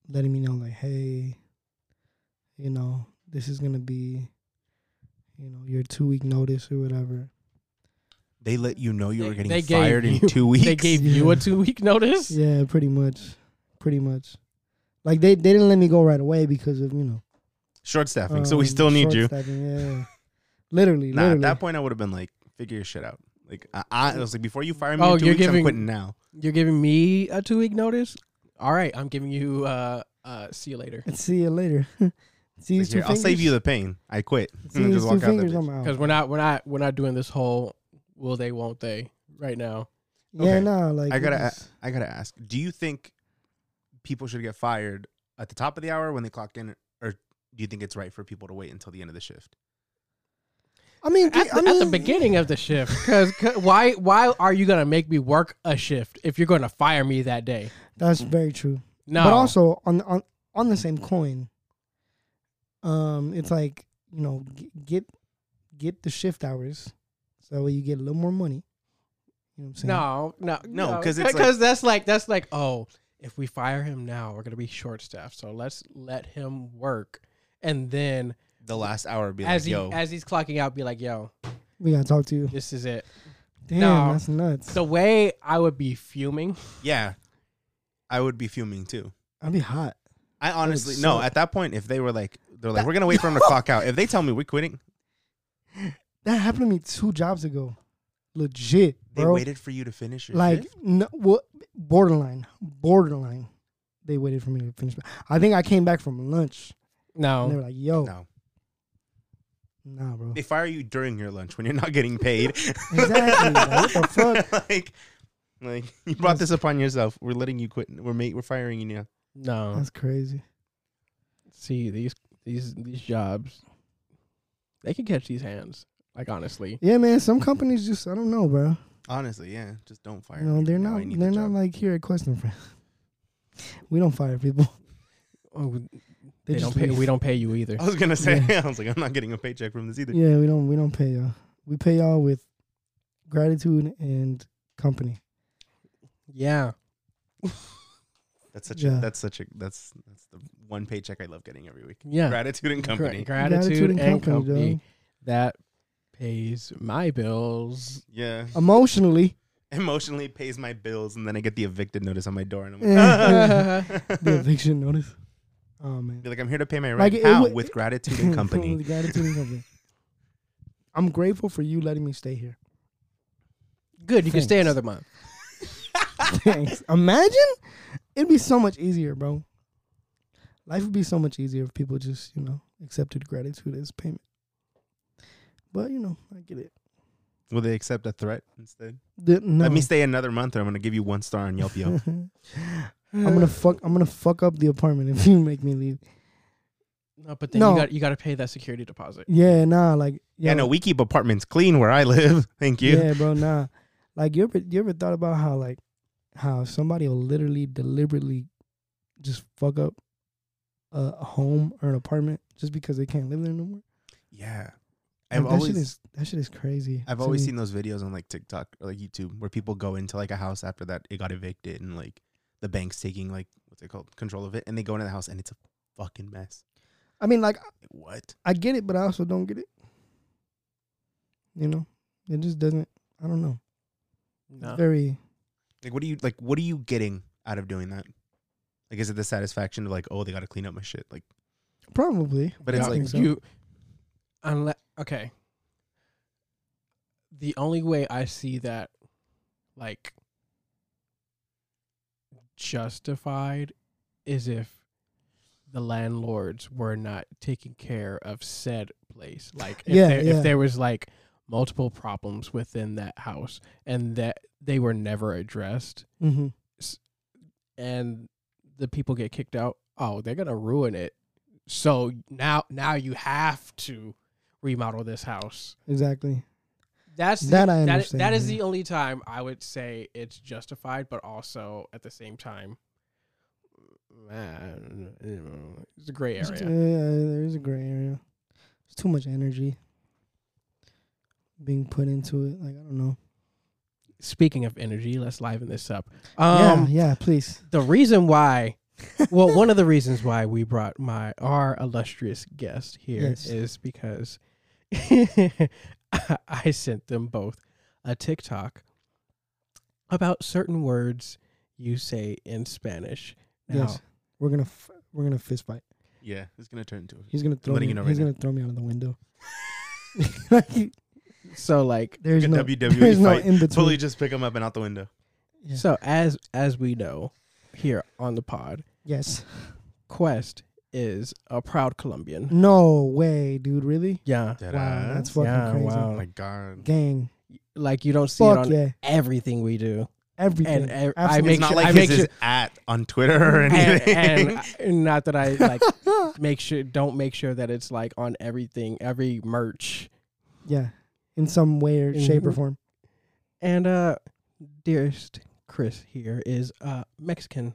Speaker 2: letting me know like, hey, you know, this is gonna be, you know, your two week notice or whatever.
Speaker 1: They let you know you
Speaker 3: They-
Speaker 1: were getting
Speaker 3: they gave
Speaker 1: fired in
Speaker 3: you-
Speaker 1: two weeks.
Speaker 3: They gave you a
Speaker 2: Yeah.
Speaker 3: two week notice.
Speaker 2: Yeah, pretty much, pretty much. Like they they didn't let me go right away because of you know.
Speaker 1: short staffing, so
Speaker 2: um,
Speaker 1: we still need
Speaker 2: short
Speaker 1: you.
Speaker 2: staffing, Yeah, literally,
Speaker 1: Nah,
Speaker 2: literally.
Speaker 1: at that point, I would have been like, figure your shit out. Like, I, I it was like, before you fire me,
Speaker 3: Oh,
Speaker 1: in 2
Speaker 3: you're
Speaker 1: weeks, I'm
Speaker 3: giving-
Speaker 1: quitting now.
Speaker 3: You're giving me a two week notice. All right, I'm giving you. Uh, uh, see you later.
Speaker 2: See you later. See you
Speaker 1: Like, here, I'll save you the pain. I quit. Mm-hmm.
Speaker 2: See these
Speaker 1: Just
Speaker 2: two
Speaker 1: walk out.
Speaker 2: fingers.
Speaker 1: That bitch.
Speaker 2: I'm out.
Speaker 3: Because we're not we're not we're not doing this whole will they won't they right now.
Speaker 2: Yeah,
Speaker 1: okay.
Speaker 2: nah. Like
Speaker 1: I
Speaker 2: it
Speaker 1: gotta,
Speaker 2: was-
Speaker 1: a- I gotta ask. Do you think people should get fired at the top of the hour when they clock in, or do you think it's right for people to wait until the end of the shift?
Speaker 2: I mean,
Speaker 3: At,
Speaker 2: I
Speaker 3: the-
Speaker 2: mean,
Speaker 3: at the beginning of the shift, because why why are you gonna make me work a shift if you're gonna fire me that day?
Speaker 2: that's very true.
Speaker 3: No,
Speaker 2: But also on on on the same coin, um, it's like you know g- get get the shift hours, so that way you get a little more money. You know what I'm saying?
Speaker 3: no, no,
Speaker 1: No, 'cause it's like-
Speaker 3: because that's like that's like oh, if we fire him now, we're gonna be short staffed. So let's let him work, and then
Speaker 1: The last hour be like,
Speaker 3: as he
Speaker 1: yo,
Speaker 3: as he's clocking out, be like, yo,
Speaker 2: we gotta talk to you.
Speaker 3: this is it.
Speaker 2: Damn,
Speaker 3: no.
Speaker 2: that's nuts.
Speaker 3: The way I would be fuming.
Speaker 1: yeah, I would be fuming too.
Speaker 2: I'd be hot.
Speaker 1: I honestly
Speaker 2: would
Speaker 1: no.
Speaker 2: suck.
Speaker 1: At that point, if they were like, they're like, we're gonna wait for him to clock out. If they tell me we're quitting,
Speaker 2: That happened to me two jobs ago, legit,
Speaker 1: they
Speaker 2: bro.
Speaker 1: waited for you to finish your
Speaker 2: like
Speaker 1: shift?
Speaker 2: no, well, borderline, borderline. They waited for me to finish. I think I came back from lunch, and they
Speaker 3: No,
Speaker 2: were like, "Yo,
Speaker 1: No,
Speaker 2: nah, bro."
Speaker 1: they fire you during your lunch when you're not getting paid.
Speaker 2: exactly. like, what the fuck?
Speaker 1: like, like you brought this upon yourself. We're letting you quit. We're mate. We're firing you now.
Speaker 3: no.
Speaker 2: That's crazy.
Speaker 3: See these these these jobs, they can catch these hands. Like honestly,
Speaker 2: Yeah, man. Some companies just I don't know, bro.
Speaker 1: Honestly, yeah. Just don't fire.
Speaker 2: No,
Speaker 1: me.
Speaker 2: they're
Speaker 1: Now
Speaker 2: not.
Speaker 1: I need the
Speaker 2: They're not
Speaker 1: job.
Speaker 2: like here at Question Friend. We don't fire people.
Speaker 3: oh,
Speaker 2: They,
Speaker 3: they, Oh,
Speaker 2: just
Speaker 3: don't pay.
Speaker 2: leave.
Speaker 3: We don't pay you either.
Speaker 1: I was gonna say. I was like, I'm not getting a paycheck from this either.
Speaker 2: Yeah, we don't. We don't pay y'all. We pay y'all with gratitude and company.
Speaker 3: Yeah,
Speaker 1: That's such.
Speaker 2: Yeah.
Speaker 1: A, that's such a. That's that's the one paycheck I love getting every week.
Speaker 3: yeah.
Speaker 1: Gratitude and
Speaker 3: Gra-
Speaker 1: company.
Speaker 3: gratitude, and company, that pays my bills.
Speaker 1: yeah.
Speaker 2: dog. Emotionally,
Speaker 1: Emotionally pays my bills, and then I get the evicted notice on my door, and I'm like,
Speaker 2: the
Speaker 1: "Ah."
Speaker 2: eviction notice. Oh man.
Speaker 1: be like, I'm here to pay my rent.
Speaker 2: Like, it
Speaker 1: How?
Speaker 2: would-
Speaker 1: With gratitude and company.
Speaker 2: With gratitude and company. I'm grateful for you letting me stay here.
Speaker 3: Good, you can stay
Speaker 2: Thanks.
Speaker 3: another month.
Speaker 2: Thanks. Imagine it'd be so much easier, bro. Life would be so much easier if people just, you know, accepted gratitude as payment. But you know, I get it.
Speaker 1: Will they accept a threat instead?
Speaker 2: The- no.
Speaker 1: Let me stay another month, or I'm gonna give you one star on Yelp. Yo,
Speaker 2: I'm gonna fuck. I'm gonna fuck up the apartment if you make me leave.
Speaker 3: No, but then
Speaker 2: No.
Speaker 3: you got you got to pay that security deposit.
Speaker 2: Yeah, nah, like
Speaker 1: Yeah,
Speaker 2: yo,
Speaker 1: no, we keep apartments clean where I live. Thank you.
Speaker 2: Yeah, bro, nah. Like you ever you ever thought about how like how somebody will literally deliberately just fuck up a home or an apartment just because they can't live there no more?
Speaker 1: Yeah.
Speaker 2: Like,
Speaker 1: I've
Speaker 2: that
Speaker 1: always
Speaker 2: shit is that shit is crazy.
Speaker 1: I've
Speaker 2: to
Speaker 1: always
Speaker 2: me.
Speaker 1: seen those videos on like TikTok or like YouTube where people go into like a house after that it got evicted and like the bank's taking like what's it called control of it and they go into the house and it's a fucking mess.
Speaker 2: I mean like
Speaker 1: What?
Speaker 2: I get it, but I also don't get it. You know? It just doesn't I don't know.
Speaker 3: No.
Speaker 2: Very
Speaker 1: Like what are you like what are you getting out of doing that? Like is it the satisfaction of like oh they got to clean up my shit like
Speaker 2: probably.
Speaker 1: but it's
Speaker 3: Yeah,
Speaker 1: like
Speaker 2: think so.
Speaker 3: you unless okay the only way i see that like justified is if the landlords were not taking care of said place like if,
Speaker 2: Yeah,
Speaker 3: there,
Speaker 2: yeah.
Speaker 3: if there was like multiple problems within that house and that they were never addressed
Speaker 2: Mm-hmm.
Speaker 3: and the people get kicked out, oh, they're gonna ruin it. So now now you have to remodel this house.
Speaker 2: Exactly.
Speaker 3: That's the,
Speaker 2: That I
Speaker 3: that is- that
Speaker 2: understand,
Speaker 3: is
Speaker 2: yeah.
Speaker 3: the only time I would say it's justified, but also at the same time, man, it's a gray
Speaker 2: It's-
Speaker 3: area.
Speaker 2: Yeah, there's a gray area. There's too much energy being put into it. Like I don't know.
Speaker 3: Speaking of energy, let's liven this up. Um,
Speaker 2: yeah, yeah, please.
Speaker 3: the reason why well one of the reasons why we brought my our illustrious guest here is
Speaker 2: Yes.
Speaker 3: because i sent them both a tiktok about certain words you say in spanish now
Speaker 2: Yes. We're gonna f- we're gonna fist fight.
Speaker 1: yeah, it's going to turn into a
Speaker 2: He's gonna throw me.
Speaker 1: letting you know
Speaker 2: he's
Speaker 1: right
Speaker 2: gonna throw me out of the window. like
Speaker 3: so like
Speaker 2: there's
Speaker 1: Like a
Speaker 2: no
Speaker 1: WWE
Speaker 2: there's no
Speaker 1: fight.
Speaker 2: in between.
Speaker 1: Totally just pick them up and out the window.
Speaker 2: Yeah.
Speaker 3: so as as we know here on the pod
Speaker 2: yes.
Speaker 3: quest is a proud colombian
Speaker 2: No way, dude. Really?
Speaker 3: yeah
Speaker 2: Mm. Wow, that's fucking
Speaker 3: yeah
Speaker 2: crazy.
Speaker 1: Oh
Speaker 3: wow
Speaker 1: my god.
Speaker 2: Gang.
Speaker 3: like you don't see it
Speaker 2: Fuck
Speaker 3: on
Speaker 2: yeah. everything.
Speaker 3: everything we do
Speaker 2: Everything.
Speaker 3: and ev- i
Speaker 2: Absolutely.
Speaker 3: make
Speaker 1: it's not
Speaker 3: sure,
Speaker 1: like
Speaker 3: I
Speaker 1: his
Speaker 3: make
Speaker 1: is
Speaker 3: sure
Speaker 1: at on Twitter or
Speaker 3: and,
Speaker 1: anything.
Speaker 3: and I- not that I like make sure don't make sure that it's like on everything, every merch.
Speaker 2: yeah. In some way or shape or
Speaker 3: Mhm.
Speaker 2: form.
Speaker 3: And uh dearest Chris here is uh Mexican.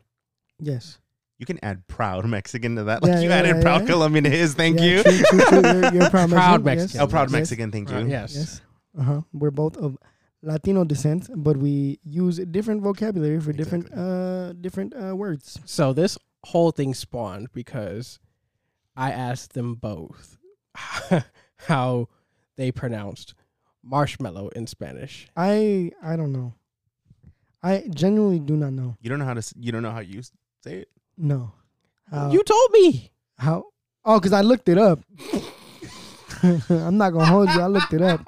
Speaker 2: Yes.
Speaker 1: you can add proud Mexican to that. Like
Speaker 2: Yeah,
Speaker 1: you
Speaker 2: yeah,
Speaker 1: added
Speaker 2: yeah,
Speaker 1: proud
Speaker 2: yeah.
Speaker 1: Colombian to his. Thank
Speaker 2: Yeah,
Speaker 1: you.
Speaker 2: True, true, true. You're, you're a proud,
Speaker 3: Proud
Speaker 2: Mexican.
Speaker 3: Mexican.
Speaker 1: Oh, proud
Speaker 2: Yes.
Speaker 1: Mexican. Thank you.
Speaker 3: Yes.
Speaker 2: Yes. Uh huh. We're both of Latino descent, but we use different vocabulary for different
Speaker 1: Exactly.
Speaker 2: uh different uh words.
Speaker 3: So this whole thing spawned because I asked them both how they pronounced marshmallow in Spanish.
Speaker 2: I I don't know. I genuinely do not know.
Speaker 1: You don't know how to. s- You don't know how you s- say it.
Speaker 2: No. How?
Speaker 3: you told me.
Speaker 2: how? Oh, because I looked it up. I'm not gonna hold you. I looked it up.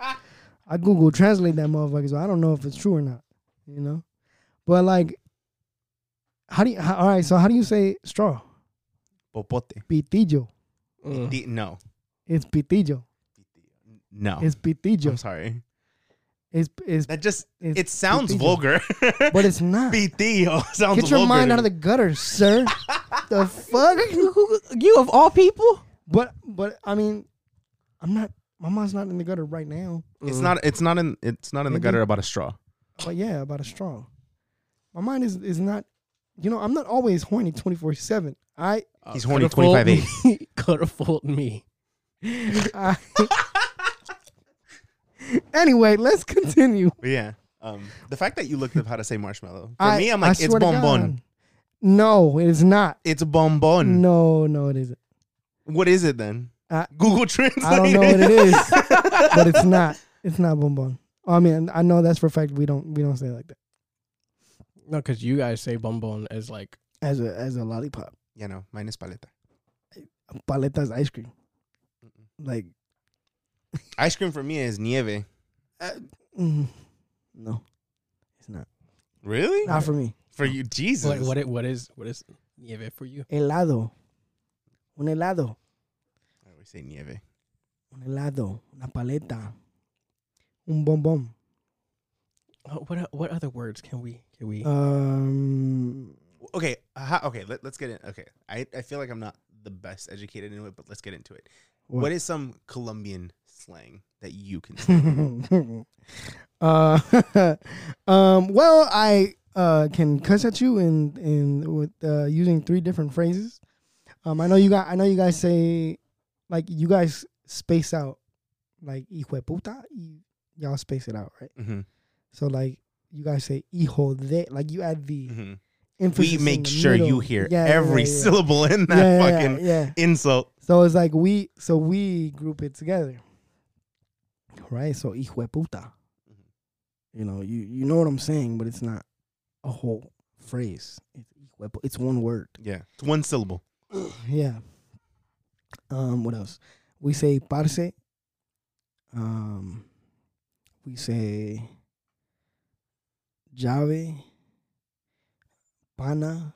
Speaker 2: I Google translate that motherfucker, so I don't know if it's true or not. You know, but like, how do you? How, all right, so how do you say straw?
Speaker 1: Popote.
Speaker 2: Pitillo.
Speaker 3: Mm.
Speaker 1: Di- no.
Speaker 2: It's pitillo.
Speaker 1: No.
Speaker 2: It's
Speaker 1: I'm
Speaker 2: pitillo.
Speaker 1: sorry.
Speaker 2: It's it's
Speaker 1: That just.
Speaker 2: It's
Speaker 1: It sounds
Speaker 2: pitillo.
Speaker 1: vulgar.
Speaker 2: But it's not.
Speaker 1: Pitillo sounds
Speaker 2: Get your
Speaker 1: vulgar
Speaker 2: mind
Speaker 1: to
Speaker 2: out of the
Speaker 1: me.
Speaker 2: gutter, sir. the fuck?
Speaker 3: You of all people?
Speaker 2: But but I mean, I'm not. My mind's not in the gutter right now.
Speaker 1: It's not. It's not in. It's not in the
Speaker 2: Maybe.
Speaker 1: gutter about a straw.
Speaker 2: But yeah, about a straw. My mind is is not. You know, I'm not always horny 24 seven. I
Speaker 3: Oh,
Speaker 1: He's horny 25
Speaker 3: Could have fooled me.
Speaker 2: I. anyway, let's continue.
Speaker 1: But yeah. Um. The fact that you looked up how to say marshmallow for
Speaker 2: I,
Speaker 1: me, I'm
Speaker 2: I
Speaker 1: like it's
Speaker 2: swear to
Speaker 1: bonbon.
Speaker 2: God. No, it is not.
Speaker 1: It's bonbon.
Speaker 2: No, no, it isn't.
Speaker 1: What is it then?
Speaker 2: I-
Speaker 1: Google Translate.
Speaker 2: I don't know what it is, but it's not. It's not bonbon. I mean, I know that's for a fact. We don't we don't say it like that
Speaker 3: No, because you guys say bonbon as like
Speaker 2: as a as a lollipop.
Speaker 1: Yeah. No. Mine is paleta.
Speaker 2: Paletas ice cream, like
Speaker 1: Ice cream for me is nieve.
Speaker 2: mm, no, it's not.
Speaker 1: Really?
Speaker 2: Not for me.
Speaker 1: For you, Jesus.
Speaker 3: what, what it what is what is nieve for you?
Speaker 2: Helado, un helado,
Speaker 1: I always say nieve.
Speaker 2: un helado, una paleta, un bonbon.
Speaker 3: Uh, What o- what other words can we can we?
Speaker 2: Um,
Speaker 1: Okay. How, okay. Let, let's get in. Okay. I, I feel like I'm not the best educated into it, but let's get into it.
Speaker 2: What?
Speaker 1: what is some Colombian slang that you can say?
Speaker 2: uh, um, well, I uh, can cuss at you in in with uh, using three different phrases. Um, I know you got. I know you guys say like you guys space out like hijo de puta. y- Y'all space it out, right?
Speaker 1: mm-hmm.
Speaker 2: So like you guys say hijo de like you add the
Speaker 1: Mm-hmm.
Speaker 2: emphasis.
Speaker 1: We
Speaker 2: in
Speaker 1: make
Speaker 2: the
Speaker 1: sure you
Speaker 2: middle.
Speaker 1: hear
Speaker 2: Yeah, yeah,
Speaker 1: every
Speaker 2: yeah.
Speaker 1: syllable in that
Speaker 2: Yeah, yeah,
Speaker 1: fucking
Speaker 2: yeah.
Speaker 1: insult.
Speaker 2: So it's like we so we group it together. Right? So hijo de puta. Mm-hmm. You know, you, you know what I'm saying, but it's not a whole phrase. It's hijo de pu- it's one word.
Speaker 1: Yeah, it's one syllable.
Speaker 2: yeah. Um, what else? We say parce. Um we say llave, pana.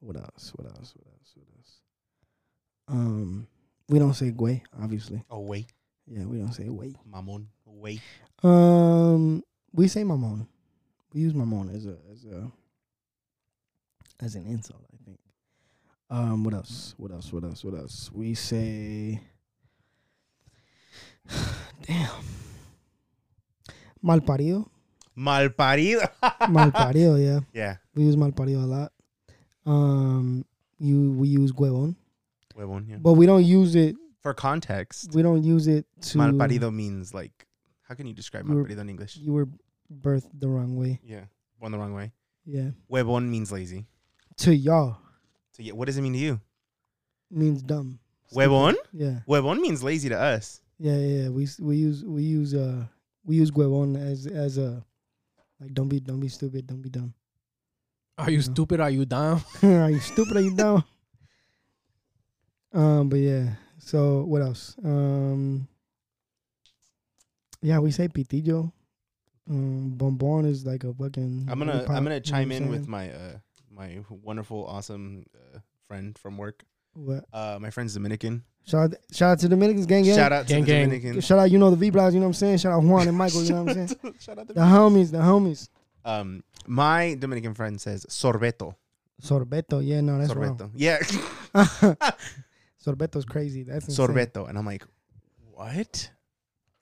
Speaker 2: What else? What else? What else? What else? Um, we don't say güey, obviously.
Speaker 1: Away,
Speaker 2: Yeah, we don't say güey.
Speaker 1: Oh, mamon, away.
Speaker 2: Um, we say mamon. We use mamon as a as a as an insult, I think. Um, what else? What else? What else? What else? We say, damn, malparido,
Speaker 1: Malparido.
Speaker 2: malparido. Yeah,
Speaker 1: yeah,
Speaker 2: we use malparido a lot. Um, you we use huevón,
Speaker 1: huevón. Yeah.
Speaker 2: but we don't use it.
Speaker 1: For context,
Speaker 2: We don't use it to
Speaker 1: malparido means like, how can you describe
Speaker 2: You're-
Speaker 1: malparido in English?
Speaker 2: You were birthed the wrong way.
Speaker 1: Yeah, one the wrong way.
Speaker 2: Yeah,
Speaker 1: Huevón means lazy.
Speaker 2: to y'all
Speaker 1: So yeah, what does it mean to you?
Speaker 2: means dumb.
Speaker 1: Huevón.
Speaker 2: Yeah,
Speaker 1: Huevón means lazy to us.
Speaker 2: yeah, yeah. yeah. We s- we use we use uh we use huevon as as a like don't be don't be stupid, don't be dumb.
Speaker 3: Are you
Speaker 2: No.
Speaker 3: stupid? Are you dumb?
Speaker 2: are you stupid? Are you dumb? Um, but yeah. So what else? Um, yeah, we say pitillo. Um, bonbon is like a fucking.
Speaker 1: I'm gonna
Speaker 2: lollipop,
Speaker 1: I'm gonna
Speaker 2: you know
Speaker 1: chime
Speaker 2: what I'm
Speaker 1: in with
Speaker 2: saying?
Speaker 1: my uh my wonderful awesome uh, friend from work.
Speaker 2: what?
Speaker 1: Uh, my friend's Dominican.
Speaker 2: Shout out, shout out to Dominicans gang gang.
Speaker 1: Shout out
Speaker 3: Gang,
Speaker 1: to
Speaker 3: gang.
Speaker 1: the Dominican.
Speaker 2: Shout out, you know the V Blogs, you know what I'm saying? Shout out Juan and Michael, you know what I'm saying? Uh-huh.
Speaker 1: Shout out to
Speaker 2: The homies, the homies.
Speaker 1: Um, my Dominican friend says sorbeto.
Speaker 2: Sorbeto, yeah, no, that's
Speaker 1: sorbeto. Yeah,
Speaker 2: wrong. Sorbeto's crazy. That's insane.
Speaker 1: sorbeto. And I'm like, what?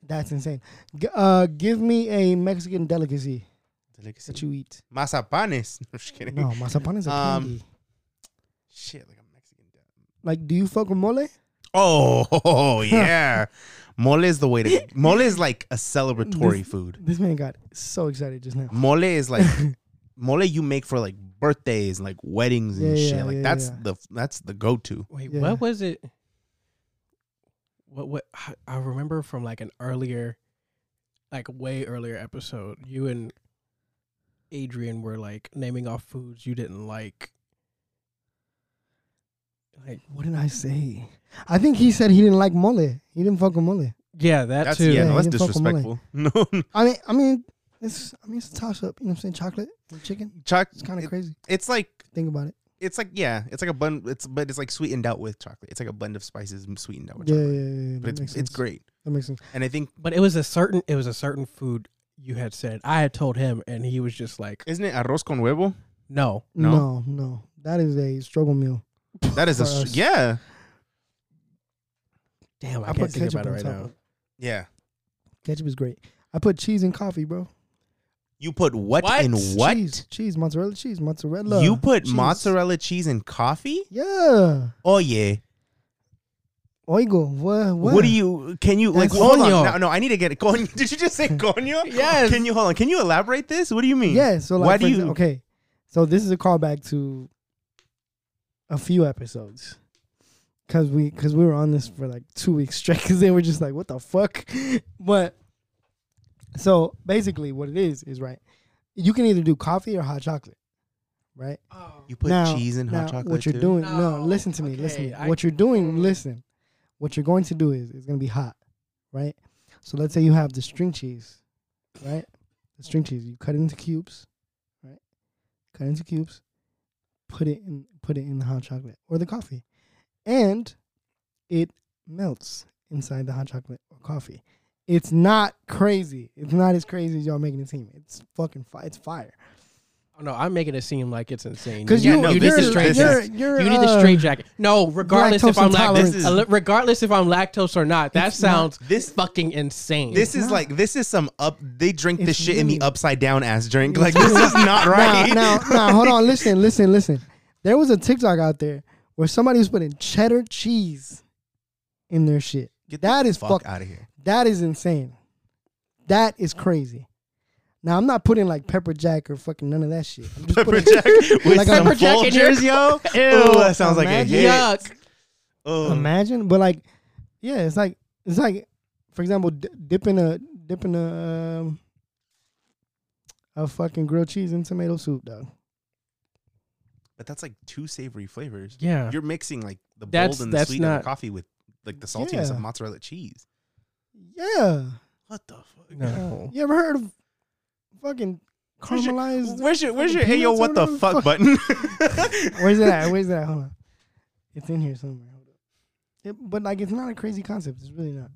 Speaker 2: That's insane. G- uh, give me a Mexican delicacy
Speaker 1: Delicacy.
Speaker 2: that you eat.
Speaker 1: Mazapanes. I'm just kidding.
Speaker 2: No, mazapan is a
Speaker 1: Um,
Speaker 2: candy.
Speaker 1: Shit, like a Mexican. dad.
Speaker 2: Like, do you fuck with mole?
Speaker 1: Oh, yeah. mole is the way to. Mole is like a celebratory
Speaker 2: This-
Speaker 1: food.
Speaker 2: This man got so excited just now.
Speaker 1: Mole is like mole you make for like birthdays and like weddings and
Speaker 2: Yeah,
Speaker 1: shit.
Speaker 2: yeah,
Speaker 1: like
Speaker 2: yeah,
Speaker 1: that's
Speaker 2: yeah.
Speaker 1: the that's the go to.
Speaker 3: Wait,
Speaker 2: Yeah.
Speaker 3: what was it? What what I- I remember from like an earlier, like way earlier episode, you and Adrian were like naming off foods you didn't like. Like
Speaker 2: What did I say? I think he said he didn't like mole. He didn't fuck with mole.
Speaker 3: yeah, that
Speaker 1: That's
Speaker 3: too.
Speaker 1: yeah,
Speaker 2: Yeah,
Speaker 1: no, that's
Speaker 2: you didn't fuck with mole.
Speaker 1: disrespectful. No, no.
Speaker 2: I mean, I mean, it's I mean it's a toss up. You know what I'm saying? Chocolate and chicken.
Speaker 1: Choc-
Speaker 2: It's kind of
Speaker 1: it-
Speaker 2: crazy.
Speaker 1: It's like
Speaker 2: Think about it.
Speaker 1: it's like yeah, it's like a blend. It's but it's like sweetened out with chocolate. It's like a blend of spices m- sweetened out with
Speaker 2: Yeah, yeah,
Speaker 1: chocolate.
Speaker 2: yeah, yeah, that
Speaker 1: But
Speaker 2: makes
Speaker 1: it's
Speaker 2: sense.
Speaker 1: it's great.
Speaker 2: That makes sense.
Speaker 1: And I think
Speaker 3: But it was a certain it was a certain food you had said. I had told him and he was just like,
Speaker 1: isn't it arroz con huevo?
Speaker 3: "No."
Speaker 1: No.
Speaker 2: no, no. that is a struggle meal.
Speaker 1: That is a
Speaker 2: For
Speaker 1: s-
Speaker 2: us.
Speaker 1: yeah
Speaker 3: Damn, I,
Speaker 2: I
Speaker 3: can't
Speaker 2: put
Speaker 3: think about
Speaker 2: ketchup
Speaker 3: it
Speaker 2: on
Speaker 3: right
Speaker 2: top.
Speaker 3: now.
Speaker 2: of-
Speaker 1: yeah.
Speaker 2: Ketchup is great. I put cheese in coffee, bro.
Speaker 1: You put what,
Speaker 3: What?
Speaker 1: in what?
Speaker 2: Cheese, cheese, mozzarella cheese, mozzarella.
Speaker 1: you put
Speaker 2: cheese.
Speaker 1: mozzarella cheese in coffee?
Speaker 2: Yeah.
Speaker 1: Oh yeah.
Speaker 2: Oigo, what? What,
Speaker 1: What? do you? Can you like?
Speaker 2: That's
Speaker 1: Hold on.
Speaker 3: coño.
Speaker 1: No, no, I need to get it. Coño. Did you just say coño?
Speaker 3: Yes.
Speaker 1: Can you hold on? Can you elaborate this? What do you mean?
Speaker 2: Yeah. So like,
Speaker 1: Why
Speaker 2: for
Speaker 1: do you-
Speaker 2: exa- okay. So this is a callback to a few episodes. Cause we, cause we were on this for like two weeks straight. Cause they were just like, "What the fuck?" But so basically, what it is is right. You can either do coffee or hot chocolate, right?
Speaker 1: You put
Speaker 2: Now-
Speaker 1: cheese in
Speaker 2: now,
Speaker 1: hot chocolate.
Speaker 2: What you're
Speaker 1: too?
Speaker 2: doing? No,
Speaker 3: No,
Speaker 2: listen to me. listen.
Speaker 3: okay,
Speaker 2: To me.
Speaker 3: I-
Speaker 2: What you're doing? Listen. What you're going to do is it's gonna be hot, right? So let's say you have the string cheese, right? The string cheese. You cut it into cubes, right? Cut it into cubes. Put it in. Put it in the hot chocolate or the coffee, and it melts inside the hot chocolate or coffee. It's not crazy. It's not as crazy as y'all making it seem. It's fucking fire. It's fire.
Speaker 3: Oh, no, I'm making it seem like it's insane.
Speaker 2: Because
Speaker 1: Yeah,
Speaker 2: you,
Speaker 1: no,
Speaker 2: you're,
Speaker 1: this is-
Speaker 2: you're,
Speaker 1: this
Speaker 2: you're,
Speaker 1: is-
Speaker 2: you're,
Speaker 3: you need
Speaker 2: uh,
Speaker 3: the straight jacket. No, regardless if
Speaker 2: lactose
Speaker 3: I'm lactose, uh,
Speaker 1: intolerant. This is-
Speaker 3: regardless if I'm lactose or not, that
Speaker 2: It's not-
Speaker 3: sounds
Speaker 1: This-
Speaker 3: fucking insane.
Speaker 1: This is like this is some up. They drink this
Speaker 2: It's
Speaker 1: shit in the
Speaker 2: really-
Speaker 1: upside down ass drink. Like this is not right.
Speaker 2: Now, now, now, hold on. Listen, listen, listen. There was a TikTok out there where somebody was putting cheddar cheese in their shit.
Speaker 1: Get
Speaker 2: that is
Speaker 1: fuck
Speaker 2: fuck.
Speaker 1: out of here.
Speaker 2: That is insane. That is crazy. Now I'm not putting like pepper jack or fucking none of that shit. I'm just
Speaker 1: Pepper
Speaker 2: putting
Speaker 1: Jack with
Speaker 2: Like a
Speaker 1: some
Speaker 2: pepper
Speaker 3: jack in
Speaker 1: vultures, yo. Ew, that sounds like a
Speaker 2: Imagine-
Speaker 1: hit.
Speaker 3: yuck.
Speaker 1: Ugh.
Speaker 2: imagine, but like, yeah, it's like it's like, for example, d- dipping a dipping a um, a fucking grilled cheese in tomato soup, dog.
Speaker 1: But that's like two savory flavors.
Speaker 3: Yeah.
Speaker 1: You're mixing like the
Speaker 3: That's-
Speaker 1: bold and the
Speaker 3: that's
Speaker 1: sweet of
Speaker 3: not-
Speaker 1: the coffee with like the saltiness
Speaker 2: Yeah.
Speaker 1: of mozzarella cheese.
Speaker 2: Yeah,
Speaker 1: What the fuck?
Speaker 3: No.
Speaker 2: you ever heard of fucking caramelized?
Speaker 1: Where's your where's your
Speaker 2: Fucking
Speaker 1: hey yo
Speaker 2: peanuts or
Speaker 1: what the
Speaker 2: whatever the
Speaker 1: fuck
Speaker 2: fuck.
Speaker 1: button?
Speaker 2: Where's it at? Where's it at? Hold on. It's in here somewhere. Hold up. It, but like, it's not a crazy concept. It's really not.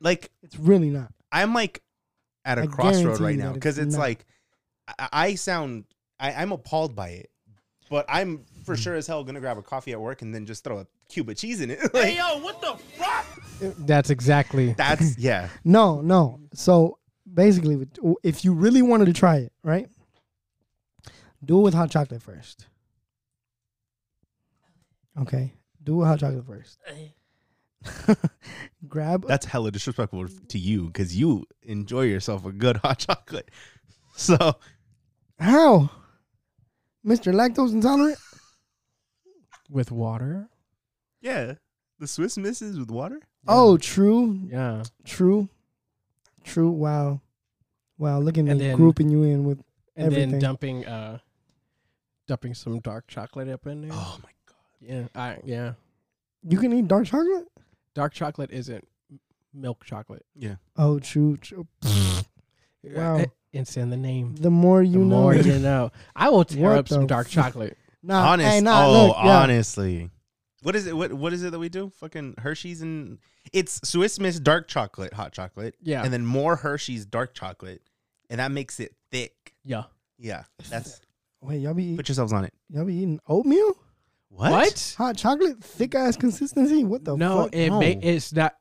Speaker 1: like
Speaker 2: It's really not.
Speaker 1: I'm like at a
Speaker 2: I
Speaker 1: crossroad
Speaker 2: guarantee
Speaker 1: right
Speaker 2: you
Speaker 1: now
Speaker 2: that it's
Speaker 1: because it's,
Speaker 2: not.
Speaker 1: like I, I sound I, I'm appalled by it, but I'm for
Speaker 2: Mm.
Speaker 1: sure as hell gonna grab a coffee at work and then just throw a cube of cheese in it. like,
Speaker 3: That's exactly.
Speaker 1: that's yeah.
Speaker 2: No, no. So basically, with- if you really wanted to try it, right? Do it with hot chocolate first. Okay. Do it with hot chocolate first. Grab a
Speaker 1: That's hella disrespectful to you because you enjoy yourself a good hot chocolate. So
Speaker 2: How? Mr. Lactose intolerant?
Speaker 3: With water?
Speaker 1: yeah, the Swiss misses with water.
Speaker 2: Oh, true,
Speaker 3: Yeah.
Speaker 2: true, true. Wow, wow. Look at me
Speaker 3: And then-
Speaker 2: grouping you in with
Speaker 3: And
Speaker 2: Everything.
Speaker 3: then dumping uh dumping some dark chocolate up in there.
Speaker 1: Oh my god.
Speaker 3: Yeah. I yeah.
Speaker 2: you can eat dark chocolate.
Speaker 3: Dark chocolate isn't m- milk chocolate.
Speaker 2: Oh, true, true. Wow.
Speaker 3: Uh, It's in the name.
Speaker 2: The more you
Speaker 3: the
Speaker 2: know.
Speaker 3: more you know. I will tear
Speaker 2: What
Speaker 3: up some
Speaker 2: the
Speaker 3: dark
Speaker 2: fu-
Speaker 3: chocolate.
Speaker 2: Nah,
Speaker 1: Honest.
Speaker 2: Uh, hey, nah,
Speaker 1: oh,
Speaker 2: look, yeah.
Speaker 1: honestly. What is it? What what is it that we do? Fucking Hershey's and it's Swiss Miss dark chocolate, hot chocolate,
Speaker 3: Yeah.
Speaker 1: and then more Hershey's dark chocolate, and that makes it thick.
Speaker 3: yeah.
Speaker 1: Yeah, that's
Speaker 2: Wait, y'all be
Speaker 1: put yourselves on it.
Speaker 2: y'all be eating oatmeal?
Speaker 1: What?
Speaker 2: Hot chocolate, thick ass consistency. What the
Speaker 3: no,
Speaker 2: fuck?
Speaker 3: it
Speaker 1: No.
Speaker 3: may, it's not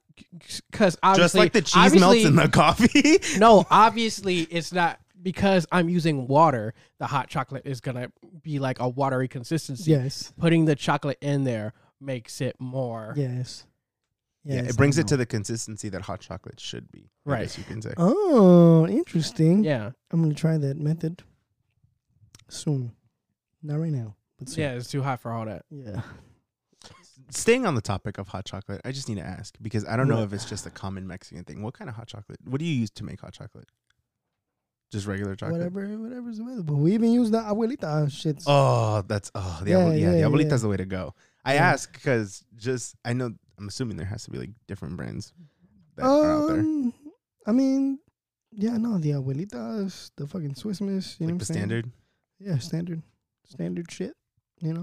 Speaker 3: because obviously
Speaker 1: Just like the cheese melts
Speaker 3: obviously-
Speaker 1: in the coffee.
Speaker 3: no, obviously it's not because I'm using water. The hot chocolate is gonna be like a watery consistency.
Speaker 2: yes,
Speaker 3: Putting the chocolate in there makes it more.
Speaker 2: yes,
Speaker 1: yeah,
Speaker 2: yes,
Speaker 1: it brings
Speaker 2: I
Speaker 1: it to
Speaker 2: know.
Speaker 1: the consistency that hot chocolate should be. I
Speaker 3: Right.
Speaker 1: guess you can say.
Speaker 2: Oh, interesting.
Speaker 3: Yeah,
Speaker 2: I'm gonna try that method soon. Not right now, but soon.
Speaker 3: yeah, it's too hot for all that.
Speaker 2: Yeah.
Speaker 1: Staying on the topic of hot chocolate, I just need to ask because I don't know
Speaker 2: What?
Speaker 1: if it's just a common Mexican thing. What kind of hot chocolate? What do you use to make hot chocolate? Just regular chocolate.
Speaker 2: Whatever, whatever's available. We even use the abuelita shits.
Speaker 1: Oh, that's oh the
Speaker 2: Yeah,
Speaker 1: aboli- yeah,
Speaker 2: yeah,
Speaker 1: the abuelita's
Speaker 2: yeah.
Speaker 1: the way to go. I
Speaker 2: Yeah.
Speaker 1: ask because just I know I'm assuming there has to be like different brands that are out there,
Speaker 2: Um, I mean, yeah, no, the abuelitas, the fucking Swiss Miss, you know
Speaker 1: like
Speaker 2: what
Speaker 1: the
Speaker 2: I'm saying?
Speaker 1: standard.
Speaker 2: Yeah, standard, standard shit. You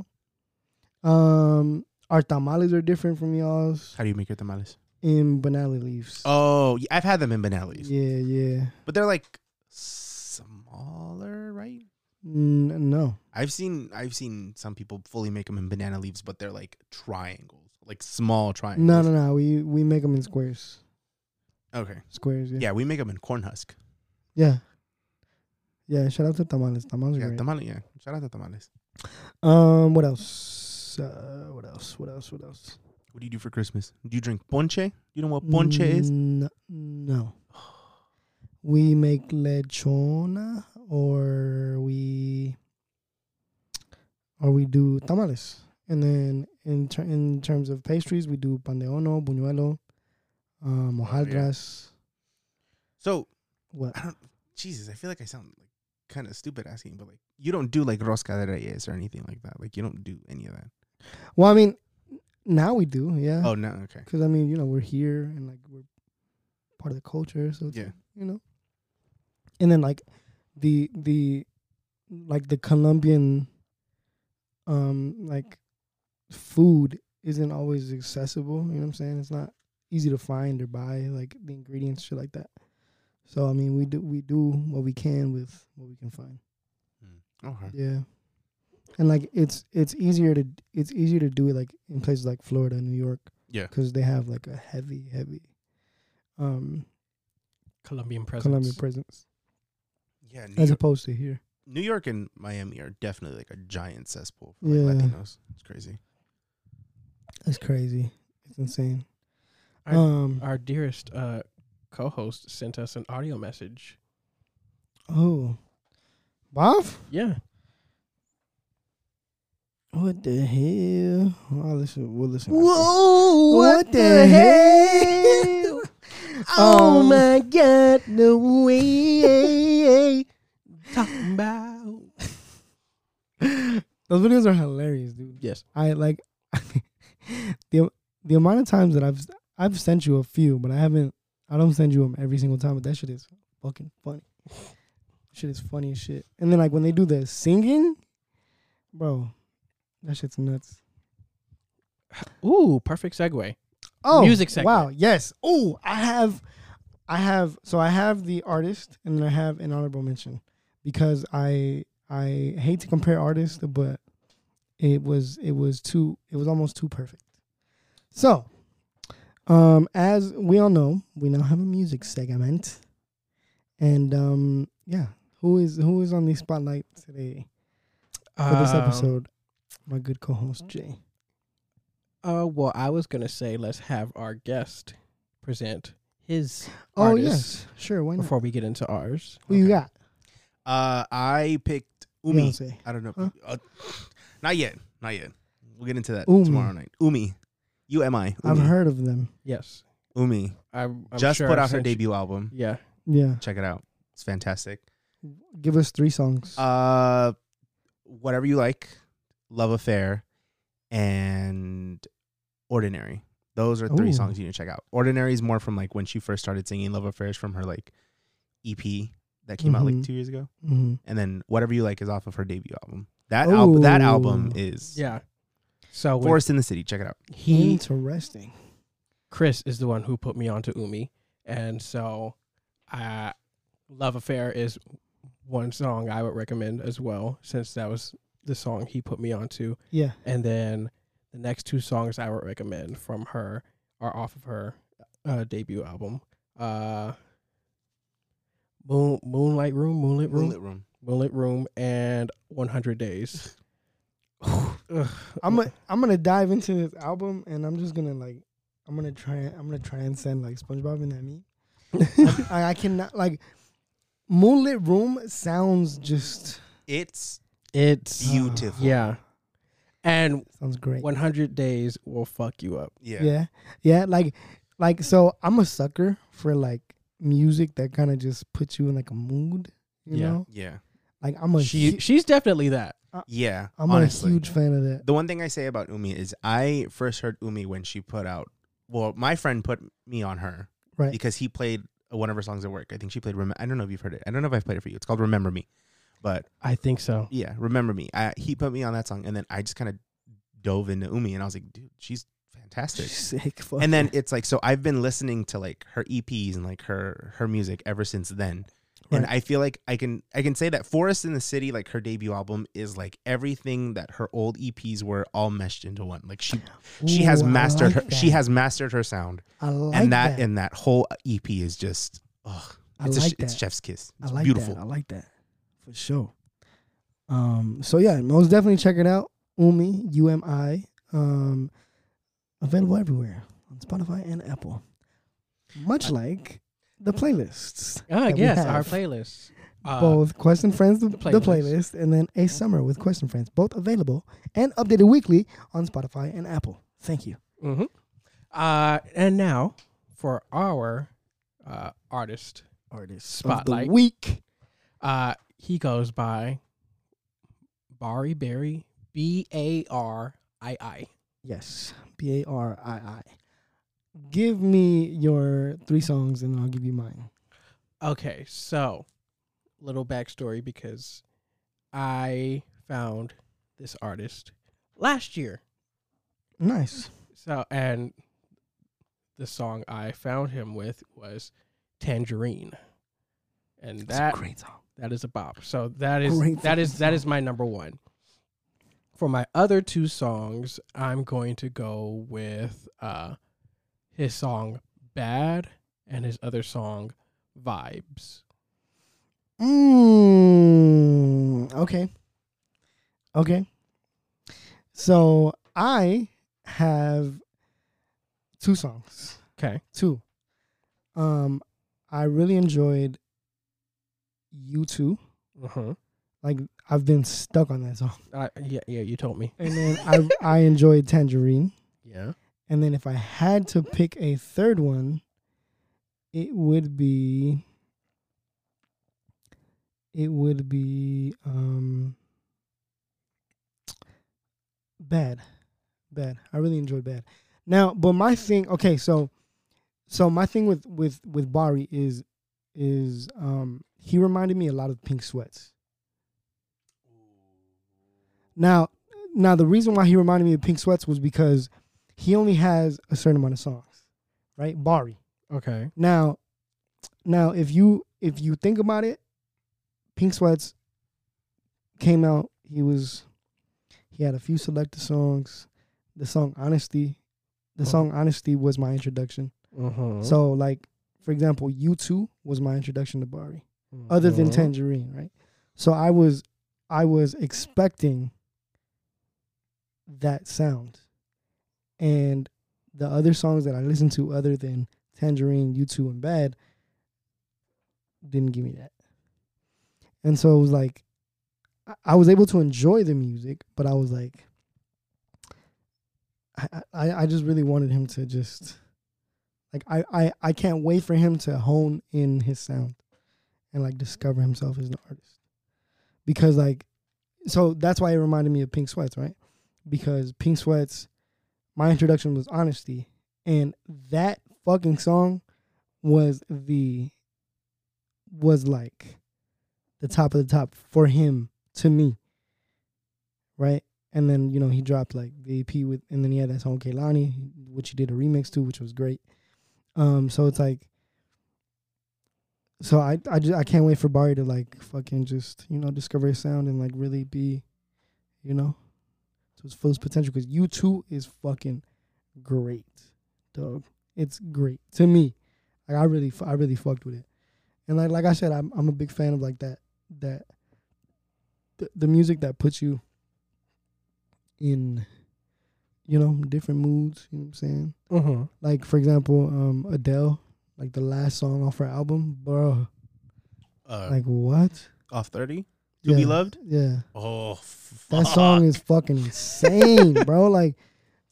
Speaker 2: know, um, our tamales are different from y'all's
Speaker 1: How do you make your tamales?
Speaker 2: in banana leaves.
Speaker 1: Oh, yeah, I've had them in Benelli's,
Speaker 2: yeah, yeah.
Speaker 1: but they're like smaller, right?
Speaker 2: Mm, no,
Speaker 1: I've seen I've seen some people fully make them in banana leaves, but they're like triangles, like small triangles.
Speaker 2: no, no, no. We we make them in squares.
Speaker 1: Okay.
Speaker 2: Squares. Yeah.
Speaker 1: Yeah, we make them in corn husk.
Speaker 2: Yeah. Yeah, shout out to tamales. Tamales are
Speaker 1: Yeah,
Speaker 2: great.
Speaker 1: tamale. Yeah, shout out to tamales.
Speaker 2: um, what else? Uh, what else? What else? What else?
Speaker 1: What do you do for Christmas? Do you drink ponche? You know what ponche
Speaker 2: Mm.
Speaker 1: is?
Speaker 2: N- No. We make lechona or we or we do tamales. And then in ter- in terms of pastries, we do pan de ono, buñuelo, uh,
Speaker 1: Oh,
Speaker 2: mojarras.
Speaker 1: So
Speaker 2: What?
Speaker 1: I don't. Jesus, I feel like I sound like kind of stupid asking, but like you don't do like rosca de reyes or anything like that. Like you don't do any of that.
Speaker 2: Well, I mean, now we do, yeah.
Speaker 1: Oh no, okay.
Speaker 2: Because I mean, you know, we're here and like we're part of the culture, so it's,
Speaker 1: Yeah.
Speaker 2: you know. And then like the the like the Colombian um like food isn't always accessible. You know what I'm saying? It's not easy to find or buy like the ingredients, shit like that. So I mean, we do we do what we can with what we can find.
Speaker 1: Okay.
Speaker 2: Yeah. And like it's it's easier to it's easier to do it like in places like Florida and New York.
Speaker 1: Yeah.
Speaker 2: Because they have like a heavy, heavy um
Speaker 3: Colombian presence.
Speaker 2: Colombian presence.
Speaker 1: Yeah. New
Speaker 2: As
Speaker 1: York,
Speaker 2: opposed to here.
Speaker 1: New York and Miami are definitely like a giant cesspool for like
Speaker 2: Yeah.
Speaker 1: Latinos. It's crazy.
Speaker 2: It's crazy. It's insane.
Speaker 3: I-
Speaker 2: um
Speaker 3: Our dearest uh, co-host sent us an audio message.
Speaker 2: oh. Bob?
Speaker 3: Yeah,
Speaker 2: What the hell? I'll listen we'll listen. after.
Speaker 1: Whoa!
Speaker 2: What the hell? Oh my
Speaker 3: God, no way. Talking about
Speaker 2: Those videos are hilarious, dude.
Speaker 3: yes,
Speaker 2: I like the the amount of times that I've I've sent you a few, but I haven't. I don't send you them every single time. But that shit is fucking funny. shit is funny as shit. And then like when they do the singing, bro, that shit's nuts.
Speaker 3: ooh, perfect segue.
Speaker 2: Oh,
Speaker 3: Music segment.
Speaker 2: Wow. Yes. Oh, I have, I have. So I have the artist, and then I have an honorable mention because I I hate to compare artists, but it was it was too it was almost too perfect. So, um, as we all know, we now have a music segment, and um, yeah, who is who is on the spotlight today for this
Speaker 3: Um,
Speaker 2: episode? My good co-host Jay.
Speaker 3: Uh, well, I was gonna say let's have our guest present his
Speaker 2: Oh
Speaker 3: artist
Speaker 2: yes, sure. Why not?
Speaker 3: before we get into ours.
Speaker 2: Who you got?
Speaker 1: Uh, I picked Umi.
Speaker 2: Beyonce.
Speaker 1: I don't know. if-
Speaker 2: Huh?
Speaker 1: uh, not yet. Not yet. We'll get into that
Speaker 2: Umi.
Speaker 1: tomorrow night. Umi. U M I.
Speaker 2: I've
Speaker 1: Umi.
Speaker 2: heard of them.
Speaker 3: Yes,
Speaker 1: Umi
Speaker 3: I'm, I'm
Speaker 1: just
Speaker 3: sure
Speaker 1: put
Speaker 3: I've
Speaker 1: out her
Speaker 3: sent you-
Speaker 1: debut album.
Speaker 3: Yeah,
Speaker 2: Yeah.
Speaker 1: Check it out. It's fantastic.
Speaker 2: Give us three songs.
Speaker 1: Uh, whatever you like, love affair, and ordinary. Those are three
Speaker 2: Ooh.
Speaker 1: songs you need to check out. Ordinary is more from like when she first started singing. Love affairs from her like EP that came out like
Speaker 2: Mhm.
Speaker 1: two years ago,
Speaker 2: mm-hmm.
Speaker 1: and then whatever you like is off of her debut album. That album. That album
Speaker 2: Ooh.
Speaker 1: is
Speaker 3: yeah. So when
Speaker 1: Forest in the City. Check it out.
Speaker 3: he
Speaker 2: Interesting.
Speaker 3: Chris is the one who put me onto Umi, and so uh, "Love Affair" is one song I would recommend as well, since that was the song he put me onto.
Speaker 2: Yeah.
Speaker 3: And then the next two songs I would recommend from her are off of her uh, debut album, uh, Moon Moonlight Room, Moonlit Room, Moonlit,
Speaker 1: Room.
Speaker 3: Room, and One Hundred Days. Ugh.
Speaker 2: I'm a, I'm gonna dive into this album and I'm just gonna like I'm gonna try I'm gonna try and send like SpongeBob and that meme. I, I cannot like Moonlit Room sounds just
Speaker 1: It's
Speaker 3: it's
Speaker 1: beautiful.
Speaker 3: yeah, and
Speaker 2: sounds great.
Speaker 3: 100 days will fuck you up.
Speaker 1: yeah.
Speaker 2: yeah. yeah. Like like so I'm a sucker for like music that kind of just puts you in like a mood. You
Speaker 3: Yeah.
Speaker 2: know?
Speaker 1: Yeah.
Speaker 2: Like I'm a
Speaker 3: She
Speaker 2: hu-
Speaker 3: she's definitely that.
Speaker 1: Yeah.
Speaker 2: I'm
Speaker 1: honestly.
Speaker 2: a huge fan of that.
Speaker 1: the one thing I say about Umi is I first heard Umi when she put out. Well, my friend put me on her
Speaker 2: Right.
Speaker 1: because he played one of her songs at work. I think she played. Rem- I don't know if you've heard it. I don't know if I've played it for you. It's called "Remember Me," but
Speaker 3: I think so.
Speaker 1: yeah, "Remember Me." I, he put me on that song, and then I just kind of dove into Umi, and I was like, "Dude, she's fantastic."
Speaker 2: Sick. fuck.
Speaker 1: and then it's like, so I've been listening to like her EPs and like her her music ever since then, and
Speaker 2: Right.
Speaker 1: I feel like I can I can say that "Forest in the City," like her debut album, is like everything that her old EPs were all meshed into one. Like she she has
Speaker 2: Ooh, I
Speaker 1: mastered
Speaker 2: like
Speaker 1: her she
Speaker 2: that.
Speaker 1: has mastered her sound
Speaker 2: I like
Speaker 1: and that, and that whole ep is just ugh,
Speaker 2: I
Speaker 1: it's, a sh-
Speaker 2: like
Speaker 1: it's
Speaker 2: that.
Speaker 1: chef's kiss
Speaker 2: I
Speaker 1: it's
Speaker 2: like
Speaker 1: beautiful
Speaker 2: that. I like that for sure. Um. So yeah, most definitely check it out. Umi U M I. Um, available everywhere on Spotify and Apple. Much like the playlists,
Speaker 3: Ah,
Speaker 2: that we
Speaker 3: yes, our
Speaker 2: have.
Speaker 3: playlist. Uh,
Speaker 2: both Quest and Friends, the, the
Speaker 3: playlist.
Speaker 2: playlist. and then A Summer with Quest and Friends, both available and updated weekly on Spotify and Apple. Thank you.
Speaker 3: mhm. Uh, and now for our uh, artist.
Speaker 2: Artist of
Speaker 3: Spotlight.
Speaker 2: the week.
Speaker 3: Uh, he goes by Bari Berry, B A R I I.
Speaker 2: Yes, B A R I I. Give me your three songs and I'll give you mine.
Speaker 3: Okay, so little backstory because I found this artist last year.
Speaker 2: Nice.
Speaker 3: So and the song I found him with was Tangerine. And that
Speaker 2: great song.
Speaker 3: That is a bop. So that is
Speaker 2: Great
Speaker 3: that is
Speaker 2: fucking
Speaker 3: that is my number one. For my other two songs, I'm going to go with uh his song Bad and his other song Vibes.
Speaker 2: Mm, okay. Okay. So I have two songs.
Speaker 3: Okay.
Speaker 2: Two. Um, I really enjoyed You Two. Mm-hmm.
Speaker 3: Uh-huh.
Speaker 2: Like I've been stuck on that song.
Speaker 3: Uh, yeah, yeah, you told me.
Speaker 2: And then I I enjoyed Tangerine.
Speaker 3: Yeah.
Speaker 2: And then if I had to pick a third one, it would be it would be um bad. Bad. I really enjoyed bad. Now, but my thing okay, so so my thing with with with Bari is is um he reminded me a lot of Pink Sweats. Now, now the reason why he reminded me of Pink Sweats was because he only has a certain amount of songs, right? Bari.
Speaker 3: Okay.
Speaker 2: Now, now if you if you think about it, Pink Sweats came out. He was he had a few selected songs. The song Honesty, the song Honesty was my introduction.
Speaker 3: Uh-huh.
Speaker 2: So like for example, U two was my introduction to Bari other than
Speaker 3: ten.
Speaker 2: tangerine right so i was i was expecting that sound and the other songs that i listened to other than tangerine u2 and bad didn't give me that and so it was like I- i was able to enjoy the music but i was like i i, I just really wanted him to just like I, I i can't wait for him to hone in his sound and like discover himself as an artist. Because like so that's why it reminded me of Pink Sweats, right? Because Pink Sweats my introduction was honesty and that fucking song was the was like the top of the top for him to me. Right? And then, you know, he dropped like the EP with and then he had that song Kehlani, which he did a remix to, which was great. Um, so it's like so I I just I can't wait for Barry to like fucking just you know discover his sound and like really be, you know, to his fullest potential. Because U two is fucking great, dog. It's great to me. Like I really fu- I really fucked with it, and like like I said, I'm I'm a big fan of like that that the, the music that puts you in, you know, different moods. You know what I'm saying?
Speaker 3: Uh-huh.
Speaker 2: Like for example, um, Adele, like the last song off her album, bro.
Speaker 1: Uh,
Speaker 2: Like what?
Speaker 1: off thirty to be
Speaker 2: Yeah.
Speaker 1: loved.
Speaker 2: Yeah,
Speaker 1: Oh,
Speaker 2: that song is fucking insane, bro. Like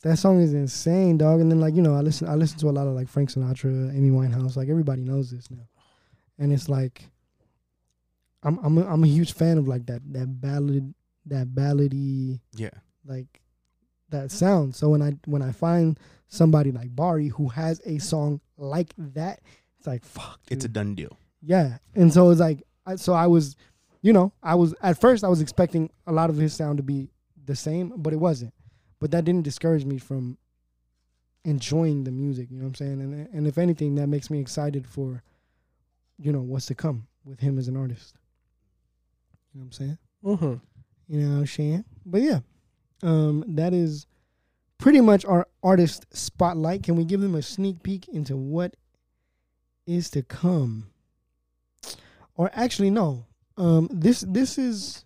Speaker 2: that song is insane, dog. And then like you know, I listen, I listen to a lot of like Frank Sinatra, Amy Winehouse. Like everybody knows this now, and it's like, I'm I'm a, I'm a huge fan of like that that ballad that ballady
Speaker 1: yeah.
Speaker 2: like that sound. So when I when I find somebody like Bari who has a song like that, it's like fuck.
Speaker 1: It's a
Speaker 2: dude.
Speaker 1: done deal.
Speaker 2: yeah, and so it's like I, so I was, you know, I was at first I was expecting a lot of his sound to be the same, but it wasn't. But that didn't discourage me from enjoying the music. You know what I'm saying? And and if anything, that makes me excited for, you know, what's to come with him as an artist. You know what I'm saying?
Speaker 3: Uh-huh.
Speaker 2: You know what I'm saying? But yeah, um, that is pretty much our artist spotlight. Can we give them a sneak peek into what is to come? Or actually, no. Um, this this is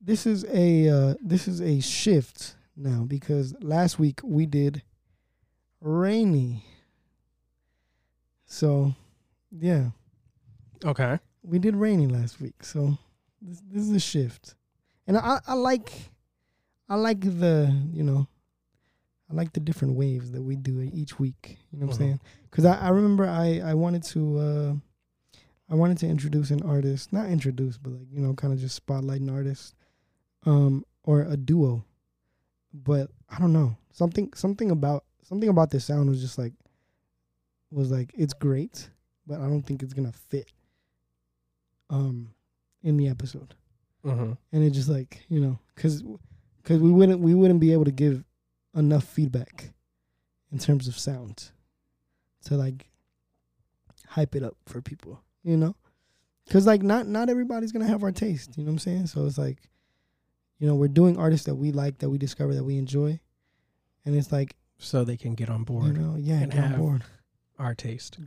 Speaker 2: this is a uh, this is a shift now because last week we did rainy. So, yeah.
Speaker 3: Okay.
Speaker 2: We did rainy last week, so this, this is a shift, and I, I like, I like the you know, I like the different waves that we do each week. You know what I'm
Speaker 3: Mhm.
Speaker 2: saying? Because I, I remember I I wanted to uh, I wanted to introduce an artist, not introduce, but like you know, kind of just spotlight an artist, um, or a duo, but I don't know something something about something about this sound was just like, was like it's great, but I don't think it's gonna fit um in the episode
Speaker 3: Uh-huh.
Speaker 2: and it just like you know because because we wouldn't we wouldn't be able to give enough feedback in terms of sound to like hype it up for people you know Cause like not not everybody's gonna have our taste. You know what I'm saying? So it's like, you know, we're doing artists that we like, that we discover, that we enjoy, and it's like,
Speaker 3: so they can get on
Speaker 2: you
Speaker 3: board
Speaker 2: know, yeah,
Speaker 3: And
Speaker 2: get on
Speaker 3: have-
Speaker 2: board. Mm-hmm.
Speaker 3: our taste.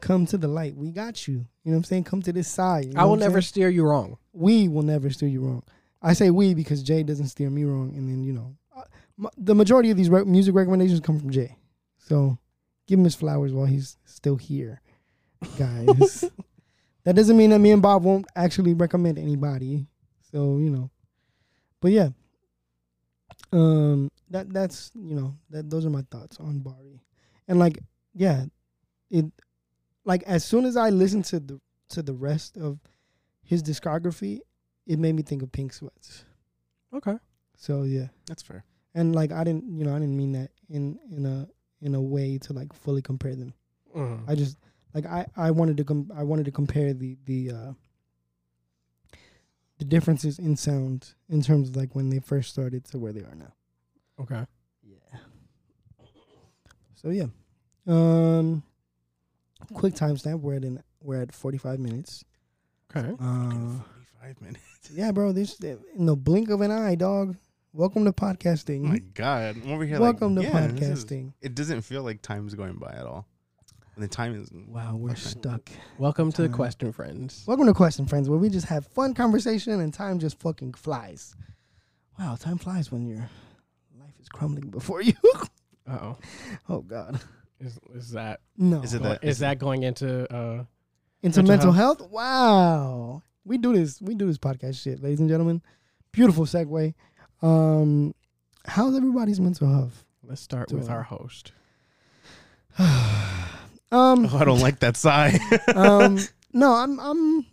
Speaker 2: Come to the light. We got you. You know what I'm saying? Come to this side. You know
Speaker 3: I will
Speaker 2: what I'm
Speaker 3: never
Speaker 2: saying?
Speaker 3: steer you wrong.
Speaker 2: we will never steer you wrong. I say we because Jay doesn't steer me wrong, and then you know, uh, m- the majority of these re- music recommendations come from Jay. So give him his flowers while he's still here, guys. that doesn't mean that me and Bob won't actually recommend anybody. So you know, but yeah, um, that that's you know that those are my thoughts on Bari, and like yeah, it like as soon as I listened to the to the rest of his discography, it made me think of Pink Sweats.
Speaker 3: Okay.
Speaker 2: So yeah,
Speaker 1: That's fair.
Speaker 2: and like I didn't, you know, I didn't mean that in in a in a way to like fully compare them.
Speaker 3: Mm-hmm.
Speaker 2: I just like I I wanted to com- I wanted to compare the the uh the differences in sound in terms of like when they first started to where they are now.
Speaker 3: okay.
Speaker 2: Yeah. So yeah, um, quick timestamp. We're at an we're at forty five minutes.
Speaker 3: Okay.
Speaker 2: Uh,
Speaker 1: Fucking Oh 45 minutes.
Speaker 2: Yeah, bro. This in the blink of an eye, dog. Welcome to podcasting.
Speaker 1: Oh my God. I'm over here
Speaker 2: Mm-hmm. Welcome
Speaker 1: like,
Speaker 2: to
Speaker 1: yeah, this is-
Speaker 2: podcasting.
Speaker 1: it doesn't feel like time's going by at all. And the time is.
Speaker 2: Wow, we're
Speaker 1: Okay.
Speaker 2: stuck.
Speaker 3: Welcome to
Speaker 2: Time.
Speaker 3: Question Friends.
Speaker 2: Welcome to Question Friends, where we just have fun conversation and time just fucking flies. Wow, time flies when your life is crumbling before you.
Speaker 3: Uh oh.
Speaker 2: oh God,
Speaker 3: Is, is that
Speaker 2: no.
Speaker 1: Is it
Speaker 3: going-
Speaker 1: that?
Speaker 3: is that going into uh
Speaker 2: Into
Speaker 3: mental
Speaker 2: mental health? Wow, we do this. We do this podcast shit, ladies and gentlemen. Beautiful segue. Um, how's everybody's mental health?
Speaker 3: let's start
Speaker 2: Do
Speaker 3: with
Speaker 2: I?
Speaker 3: our host.
Speaker 2: Um,
Speaker 1: Oh, I don't like that sigh.
Speaker 2: um, no, I'm I'm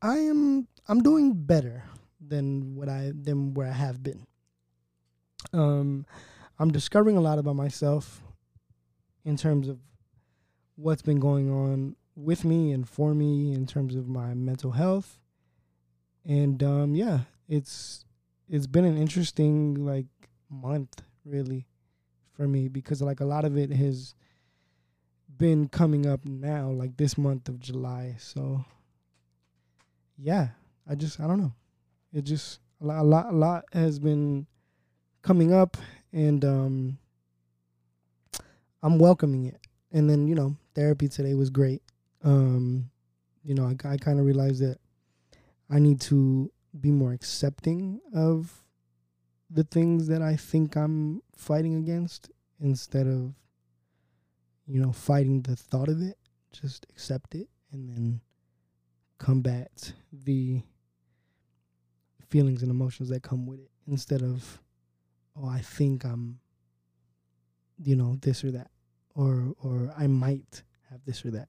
Speaker 2: I am I'm doing better than what I than where I have been. Um, I'm discovering a lot about myself in terms of what's been going on with me and for me in terms of my mental health. And um, yeah, it's it's been an interesting like month really for me because like a lot of it has been coming up now, like this month of July. So, yeah, I just I don't know. It just a lot, a lot, a lot has been coming up, and um, I'm welcoming it. And then you know, therapy today was great. Um, you know, I, I kind of realized that I need to be more accepting of the things that I think I'm fighting against instead of you know, fighting the thought of it, just accept it and then combat the feelings and emotions that come with it instead of, oh, I think I'm, you know, this or that, or, or I might have this or that.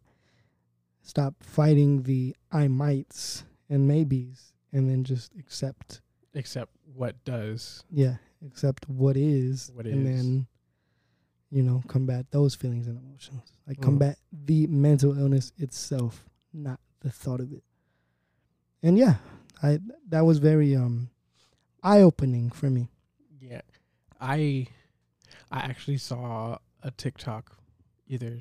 Speaker 2: Stop fighting the I mights and maybes and then just accept,
Speaker 3: Except what does
Speaker 2: yeah, accept what is
Speaker 3: What
Speaker 2: and
Speaker 3: is.
Speaker 2: then, you know, combat those feelings and emotions. Like
Speaker 3: Mm.
Speaker 2: combat the mental illness itself, not the thought of it. And yeah, I that was very um eye opening for me.
Speaker 3: Yeah. I I actually saw a TikTok either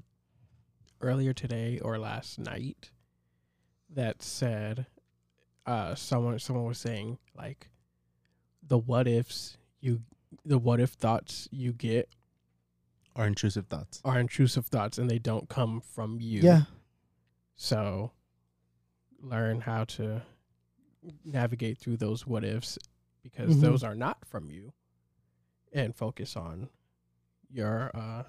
Speaker 3: earlier today or last night that said uh someone someone was saying like the what ifs you the what if thoughts you get
Speaker 1: Our intrusive thoughts.
Speaker 3: are intrusive thoughts and they don't come from you.
Speaker 2: Yeah.
Speaker 3: So learn how to navigate through those what ifs because
Speaker 2: Mhm.
Speaker 3: those are not from you and focus on your uh,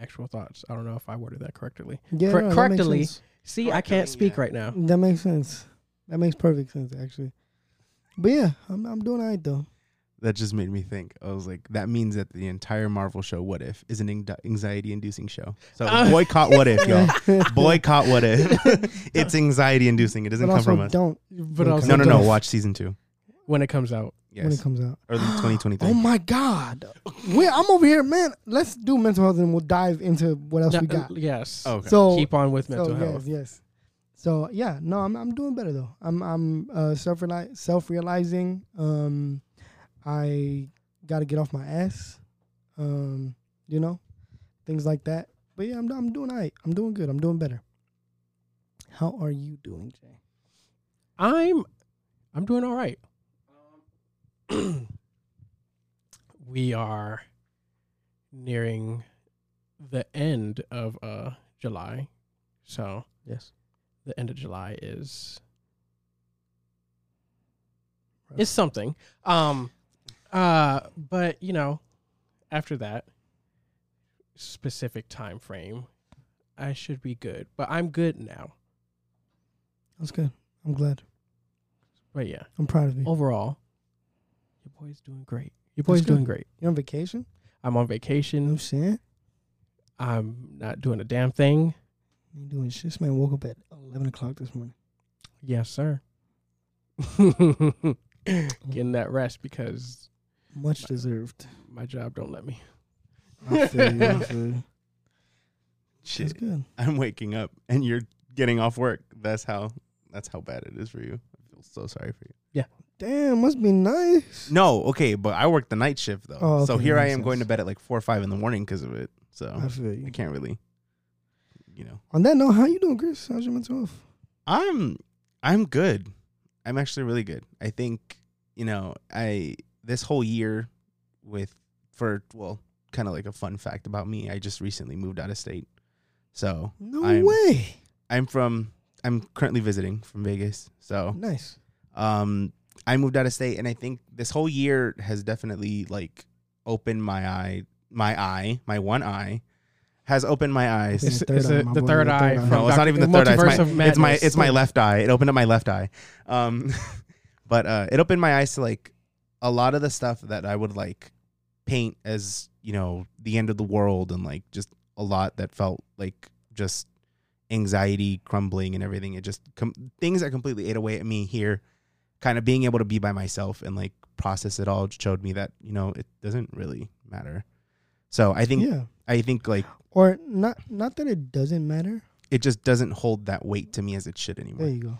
Speaker 3: actual thoughts. I don't know if I worded that correctly.
Speaker 2: Yeah.
Speaker 3: Cor-
Speaker 2: no, that makes
Speaker 3: correctly.
Speaker 2: sense.
Speaker 3: See, I can't
Speaker 1: Correctly,
Speaker 3: speak
Speaker 1: yeah.
Speaker 3: right now.
Speaker 2: That makes sense. That makes perfect sense actually. But yeah, I'm I'm doing alright though.
Speaker 1: That just made me think. I was like, that means that the entire Marvel show, What If, is an anxiety inducing show. So
Speaker 3: Uh.
Speaker 1: boycott What If, y'all.
Speaker 2: Boy
Speaker 1: boycott What If. it's anxiety inducing. It doesn't
Speaker 2: but
Speaker 1: come
Speaker 2: also
Speaker 1: from us.
Speaker 2: don't
Speaker 3: But
Speaker 2: Okay.
Speaker 3: also
Speaker 1: No, no, no.
Speaker 3: don't-
Speaker 1: Watch season two.
Speaker 3: When it comes out,
Speaker 2: when
Speaker 1: Yes.
Speaker 2: it comes out.
Speaker 1: Early 2023.
Speaker 2: Oh my God. Wait, I'm over here, man. Let's do mental health and we'll dive into what else
Speaker 3: No,
Speaker 2: we got. Oh.
Speaker 3: uh, yes.
Speaker 1: Okay.
Speaker 2: So
Speaker 3: Keep on with mental
Speaker 2: so,
Speaker 3: health.
Speaker 2: Yes, yes. So yeah, no, I'm I'm doing better though. I'm I'm uh, self self realizing. Um, I got to get off my ass. Um, you know, things like that. But yeah, I'm I'm doing alright. I'm doing good. I'm doing better. How are you doing, Jay?
Speaker 3: I'm I'm doing all right. we are nearing the end of uh July. So
Speaker 5: Yes.
Speaker 3: the end of July is is something. Um uh but you know, after that specific time frame, I should be good. But I'm good now.
Speaker 2: That's good. I'm glad.
Speaker 3: But yeah.
Speaker 2: I'm proud of you.
Speaker 3: overall, your boy's doing great. Your boy's
Speaker 2: That's good.
Speaker 3: doing great.
Speaker 2: You're on vacation?
Speaker 3: I'm
Speaker 2: You know
Speaker 3: on
Speaker 2: what I'm
Speaker 3: vacation.
Speaker 2: saying?
Speaker 3: I'm not doing a damn thing.
Speaker 2: You doing shit. This man woke up at 11 o'clock this morning.
Speaker 3: Yes, sir. Getting that rest because
Speaker 2: Much deserved.
Speaker 3: my job don't let me.
Speaker 2: I feel you. I feel you. That's
Speaker 1: Shit,
Speaker 2: good.
Speaker 1: I'm waking up and you're getting off work. That's how. That's how bad it is for you. I feel so sorry for you.
Speaker 2: Damn, must be nice.
Speaker 1: No, okay, but I work the night shift though,
Speaker 2: Oh,
Speaker 1: so
Speaker 2: okay,
Speaker 1: here
Speaker 2: that
Speaker 1: I am
Speaker 2: makes
Speaker 1: going to
Speaker 2: sense.
Speaker 1: bed at like four or five in the morning because of it. So
Speaker 2: I feel
Speaker 1: I
Speaker 2: you.
Speaker 1: can't really, you know.
Speaker 2: On that note, how you doing, Chris? How's your mental health?
Speaker 1: I'm I'm good. I'm actually really good. I think, you know, I this whole year with for well, kind of like a fun fact about me, I just recently moved out of state. So,
Speaker 2: No
Speaker 1: I'm-
Speaker 2: way.
Speaker 1: I'm from I'm currently visiting from Vegas. So,
Speaker 2: Nice.
Speaker 1: um I moved out of state and I think this whole year has definitely like opened my eye, my eye, my one eye has opened my eyes.
Speaker 2: It's
Speaker 3: It's,
Speaker 2: the third
Speaker 3: it's
Speaker 2: eye,
Speaker 3: a-
Speaker 2: my
Speaker 3: the
Speaker 2: boy,
Speaker 3: third
Speaker 2: the
Speaker 3: eye.
Speaker 2: third eye.
Speaker 3: from
Speaker 1: No, it's not
Speaker 3: Doc-
Speaker 1: even the third eye. It's
Speaker 3: Multiverse
Speaker 1: my-
Speaker 3: of
Speaker 1: it's my
Speaker 3: Madness.
Speaker 1: it's my left eye. It opened up my left eye. Um, but uh, it opened my eyes to like a lot of the stuff that I would like paint as you know the end of the world and like just a lot that felt like just anxiety crumbling and everything. It just com- things that completely ate away at me here. Kind of being able to be by myself and like process it all showed me that you know it doesn't really matter. So I think
Speaker 2: Yeah.
Speaker 1: I think like
Speaker 2: Or not not that it doesn't matter.
Speaker 1: it just doesn't hold that weight to me as it should anymore.
Speaker 2: There you go.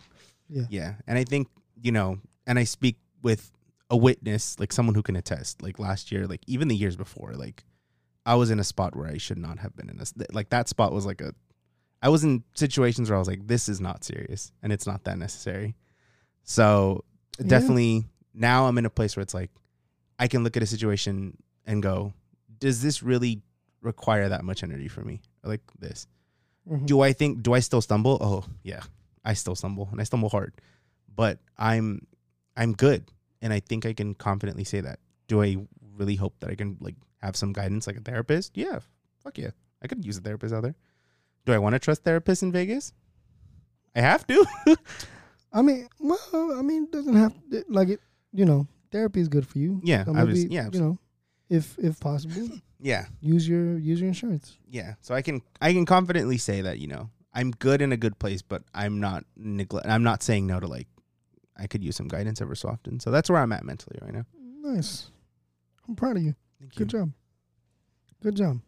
Speaker 1: Yeah. And I think, you know, and I speak with a witness, like someone who can attest, like last year, like even the years before, like I was in a spot where I should not have been in this. Like that spot was like a, I was in situations where I was like, this is not serious and it's not that necessary. So
Speaker 2: Yeah.
Speaker 1: definitely now I'm in a place where it's like, I can look at a situation and go, does this really require that much energy for me? Like this
Speaker 2: Mhm.
Speaker 1: do I think do I still stumble? Oh yeah, I still stumble and I stumble hard, but I'm I'm good and I think I can confidently say that. Do I really hope that I can like have some guidance like a therapist? Yeah, fuck yeah, I could use a therapist out there. Do I want to trust therapists in Vegas? I have to.
Speaker 2: I mean, well, I mean, it doesn't have it- like it. You know, therapy is good for you.
Speaker 1: Yeah,
Speaker 2: so
Speaker 1: I was-
Speaker 2: maybe,
Speaker 1: yeah,
Speaker 2: you know, if if possible,
Speaker 1: yeah,
Speaker 2: use your use your insurance.
Speaker 1: yeah. So I can I can confidently say that you know I'm good in a good place, but I'm not neglect. I'm not saying no to like I could use some guidance ever so often. So that's where I'm at mentally right now.
Speaker 2: Nice. I'm proud of you.
Speaker 1: Thank
Speaker 2: Good job. Good job.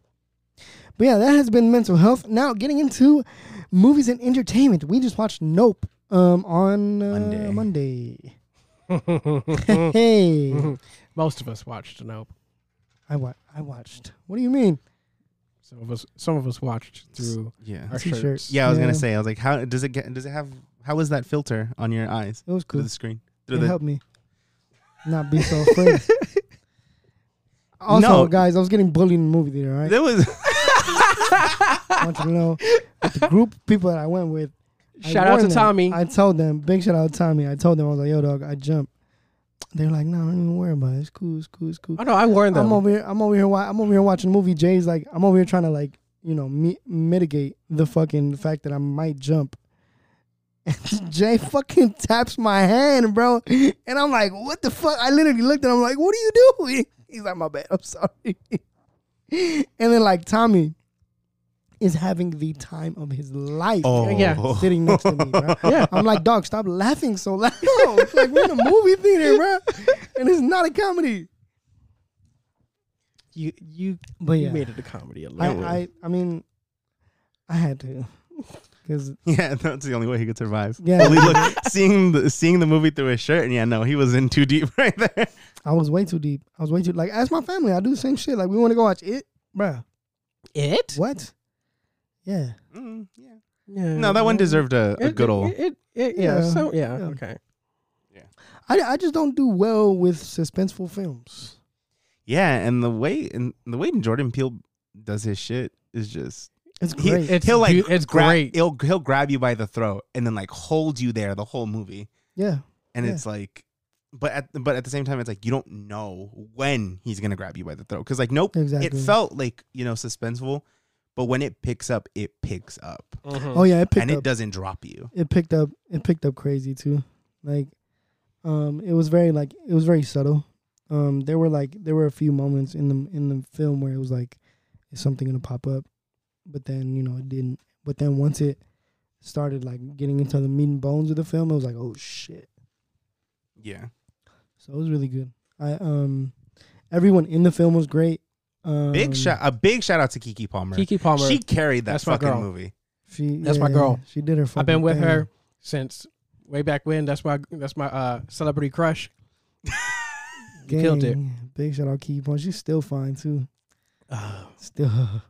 Speaker 2: But yeah, that has been mental health. Now getting into movies and entertainment, we just watched Nope um, on uh,
Speaker 1: Monday. Mm-hmm.
Speaker 2: Monday.
Speaker 3: Mhm.
Speaker 2: hey,
Speaker 3: Most of us watched Nope.
Speaker 2: I wa- I watched. What do you mean?
Speaker 3: Some of us, some of us watched through
Speaker 1: Yeah.
Speaker 3: our
Speaker 2: T-shirts.
Speaker 3: shirts.
Speaker 1: Yeah, I was
Speaker 2: Yeah.
Speaker 1: gonna say. I was like, how does it get? Does it have? How is that filter on your eyes
Speaker 2: It was
Speaker 1: through
Speaker 2: cool.
Speaker 1: the screen? Through
Speaker 2: It
Speaker 1: the
Speaker 2: helped me not be so afraid. Also,
Speaker 1: No.
Speaker 2: guys, I was getting bullied in the movie theater. all Right?
Speaker 1: there was.
Speaker 2: I want you to know with the group of people that I went with. I
Speaker 3: Shout out
Speaker 2: warned
Speaker 3: to
Speaker 2: them.
Speaker 3: Tommy.
Speaker 2: I told them, big shout out to Tommy. I told them, I was like, yo, dog, I jumped. They're like, no, I don't even worry about it. It's cool, it's cool, it's cool.
Speaker 3: oh no, I warned them.
Speaker 2: I'm over here. I'm over here. wa- I'm over here watching a movie. Jay's like, I'm over here trying to like, you know, mi- mitigate the fucking fact that I might jump. And Jay fucking taps my hand, bro, and I'm like, what the fuck? I literally looked at him like, what are you doing? He's like, my bad. I'm sorry. and then like Tommy is having the time of his life
Speaker 1: Oh,
Speaker 3: Yeah.
Speaker 2: sitting next to me, bro.
Speaker 3: Yeah.
Speaker 2: I'm like, dog, stop laughing so loud. like we're in a movie theater, bro, and it's not a comedy.
Speaker 3: you you,
Speaker 2: But
Speaker 3: you
Speaker 2: yeah,
Speaker 3: made it a comedy a
Speaker 2: I,
Speaker 3: little.
Speaker 2: I I mean, I had to, because
Speaker 1: Yeah, that's the only way he could survive.
Speaker 2: Yeah.
Speaker 1: Only look, seeing the seeing the movie through his shirt, and yeah, no, he was in too deep right there.
Speaker 2: I was way too deep. I was way too like. Ask my family. I do the same shit. Like we want to go watch it, bruh.
Speaker 3: it
Speaker 2: What? Yeah,
Speaker 1: Mm, yeah,
Speaker 3: Yeah.
Speaker 1: No, that one deserved a, a
Speaker 3: It-
Speaker 1: good
Speaker 3: it-
Speaker 1: old.
Speaker 3: It, it- yeah,
Speaker 2: Yeah,
Speaker 3: So yeah,
Speaker 2: yeah.
Speaker 3: Okay.
Speaker 2: I, I just don't do well with suspenseful films.
Speaker 1: Yeah, and the way and the way Jordan Peele does his shit is just
Speaker 2: It's
Speaker 1: He-
Speaker 2: great.
Speaker 3: It's
Speaker 1: he'll like
Speaker 3: beau- it's
Speaker 1: gra-
Speaker 3: great.
Speaker 1: He'll he'll grab you by the throat and then like hold you there the whole movie,
Speaker 2: yeah.
Speaker 1: and
Speaker 2: Yeah.
Speaker 1: it's like, but at but at the same time, it's like you don't know when he's gonna grab you by the throat because like nope,
Speaker 2: Exactly.
Speaker 1: it felt like you know suspenseful, but when it picks up, it picks up
Speaker 2: Oh yeah, it picked
Speaker 1: and
Speaker 2: up.
Speaker 1: it doesn't drop you.
Speaker 2: it picked up it picked up crazy too like um it was very like it was very subtle um there were like there were a few moments in the in the film where it was like is something gonna pop up but then you know it didn't but then once it started like getting into the meat and bones of the film it was like oh shit
Speaker 1: Yeah,
Speaker 2: so it was really good i um everyone in the film was great um,
Speaker 1: big shout a big shout out to Kiki Palmer.
Speaker 3: Kiki Palmer.
Speaker 1: She carried that
Speaker 3: That's my
Speaker 1: fucking
Speaker 3: girl.
Speaker 1: movie.
Speaker 2: she
Speaker 3: That's my girl.
Speaker 2: she did her
Speaker 3: I've been
Speaker 2: fucking
Speaker 3: with
Speaker 2: thing.
Speaker 3: her since way back when. That's why. That's my uh, celebrity crush. You killed it.
Speaker 2: Gang. big shout out keep on she's still fine too
Speaker 3: Oh.
Speaker 2: Still.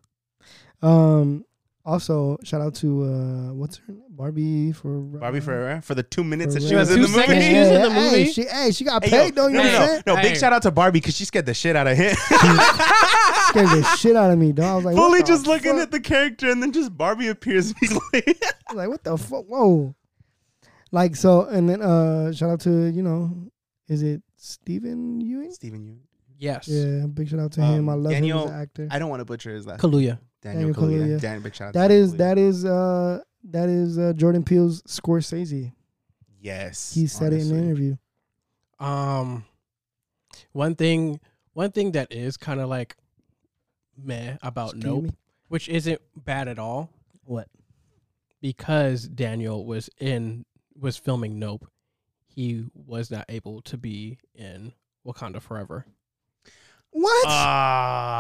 Speaker 2: Um. Also, shout out to uh, what's her name? Barbie for
Speaker 1: Barbie Ferreira for the two minutes that she
Speaker 2: Ferreira.
Speaker 1: was in
Speaker 3: Two
Speaker 1: the movie.
Speaker 3: seconds she was in the
Speaker 2: Hey,
Speaker 3: movie.
Speaker 2: she, hey, she got
Speaker 1: Hey,
Speaker 2: paid.
Speaker 1: yo,
Speaker 2: don't you
Speaker 1: no,
Speaker 2: know
Speaker 1: no,
Speaker 2: what
Speaker 1: no,
Speaker 2: I'm saying?
Speaker 1: no, big
Speaker 3: Hey.
Speaker 1: shout out to Barbie because she scared the shit out of him.
Speaker 2: Scared the shit out of me, dog. I was like,
Speaker 1: Fully
Speaker 2: what the
Speaker 1: just looking
Speaker 2: fuck?
Speaker 1: at the character, and then just Barbie appears.
Speaker 2: I was like, what the fuck? Whoa. Like so, and then uh, shout out to you know, is it Stephen Ewing?
Speaker 1: Stephen Yu.
Speaker 3: Yes.
Speaker 2: Yeah, big shout out to
Speaker 1: Um,
Speaker 2: him. I love him
Speaker 1: Daniel-
Speaker 2: as an actor.
Speaker 1: I don't want to butcher his last name.
Speaker 3: Kaluuya.
Speaker 1: Daniel
Speaker 2: Daniel
Speaker 1: Kaluuya.
Speaker 2: Kaluuya.
Speaker 1: Dan- big shout out to
Speaker 2: that
Speaker 1: Daniel
Speaker 2: is
Speaker 1: Kaluuya.
Speaker 2: that is uh that is uh, Jordan Peele's Scorsese.
Speaker 1: Yes.
Speaker 2: He said it in an
Speaker 1: honestly.
Speaker 2: interview.
Speaker 3: Um, one thing, one thing that is kind of like meh about
Speaker 2: Excuse
Speaker 3: Oh, Nope,
Speaker 2: me?
Speaker 3: which isn't bad at all,
Speaker 2: What?
Speaker 3: because Daniel was in was filming Nope, he was not able to be in Wakanda Forever.
Speaker 2: What?
Speaker 3: Uh,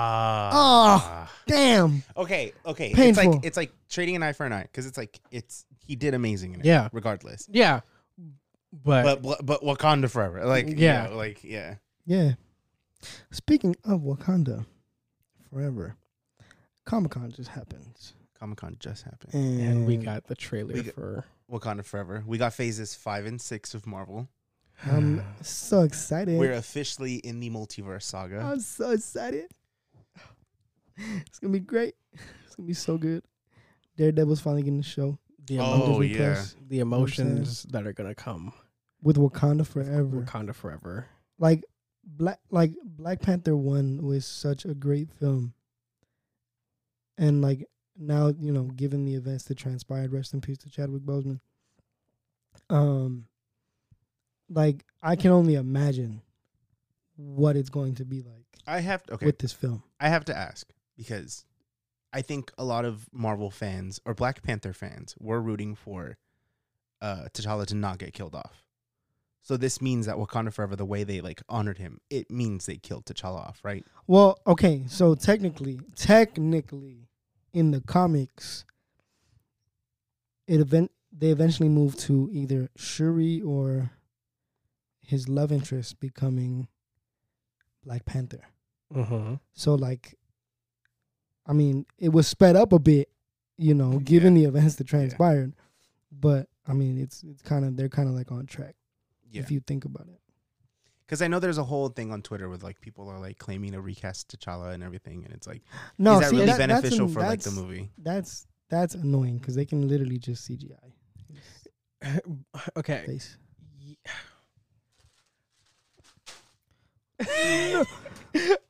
Speaker 1: Ah.
Speaker 2: Damn.
Speaker 1: Okay. Okay. It's
Speaker 2: Painful.
Speaker 1: like it's like trading an eye for an eye because it's like it's he did amazing in it.
Speaker 3: Yeah.
Speaker 1: Regardless.
Speaker 3: Yeah, but,
Speaker 1: But but, but Wakanda forever. Like yeah.
Speaker 3: Yeah.
Speaker 1: like yeah.
Speaker 2: Yeah. Speaking of Wakanda forever, Comic Con just happened.
Speaker 1: Comic Con just happened.
Speaker 2: And,
Speaker 3: and we got the trailer
Speaker 1: We got-
Speaker 3: for
Speaker 1: Wakanda forever. We got phases five and six of Marvel.
Speaker 2: I'm so excited.
Speaker 1: We're uh, officially in the multiverse saga.
Speaker 2: I'm so excited. It's gonna be great. It's gonna be so good. Daredevil's finally getting the show
Speaker 3: the
Speaker 1: Oh,
Speaker 3: emo-
Speaker 2: Disney
Speaker 1: yeah.
Speaker 2: Plus
Speaker 3: the emotions that are gonna come
Speaker 2: with Wakanda
Speaker 3: with
Speaker 2: forever.
Speaker 3: Wakanda Forever.
Speaker 2: Like Black like Black Panther 1 was such a great film. And like now, you know, given the events that transpired, rest in peace to Chadwick Boseman. Um like I can only imagine what it's going to be like
Speaker 1: I have okay.
Speaker 2: with this film.
Speaker 1: I have to ask because I think a lot of Marvel fans or Black Panther fans were rooting for uh, T'Challa to not get killed off. So this means that Wakanda Forever, the way they like honored him, it means they killed T'Challa off, right?
Speaker 2: Well, okay, so technically, technically, in the comics, it event they eventually move to either Shuri or his love interest becoming Black Panther.
Speaker 3: Mm-hmm.
Speaker 2: So, like, I mean, it was sped up a bit, you know, given the events that transpired. But I mean, it's it's kind of they're kind of like on track if you think about it.
Speaker 1: Because I know there's a whole thing on Twitter with like people are like claiming to recast T'Challa and everything, and it's like,
Speaker 2: No,
Speaker 1: is that
Speaker 2: see,
Speaker 1: really
Speaker 2: that- that's
Speaker 1: beneficial
Speaker 2: an-
Speaker 1: for like the
Speaker 2: that's-
Speaker 1: movie?
Speaker 2: That's that's annoying because they can literally just CGI his
Speaker 3: okay.
Speaker 2: face.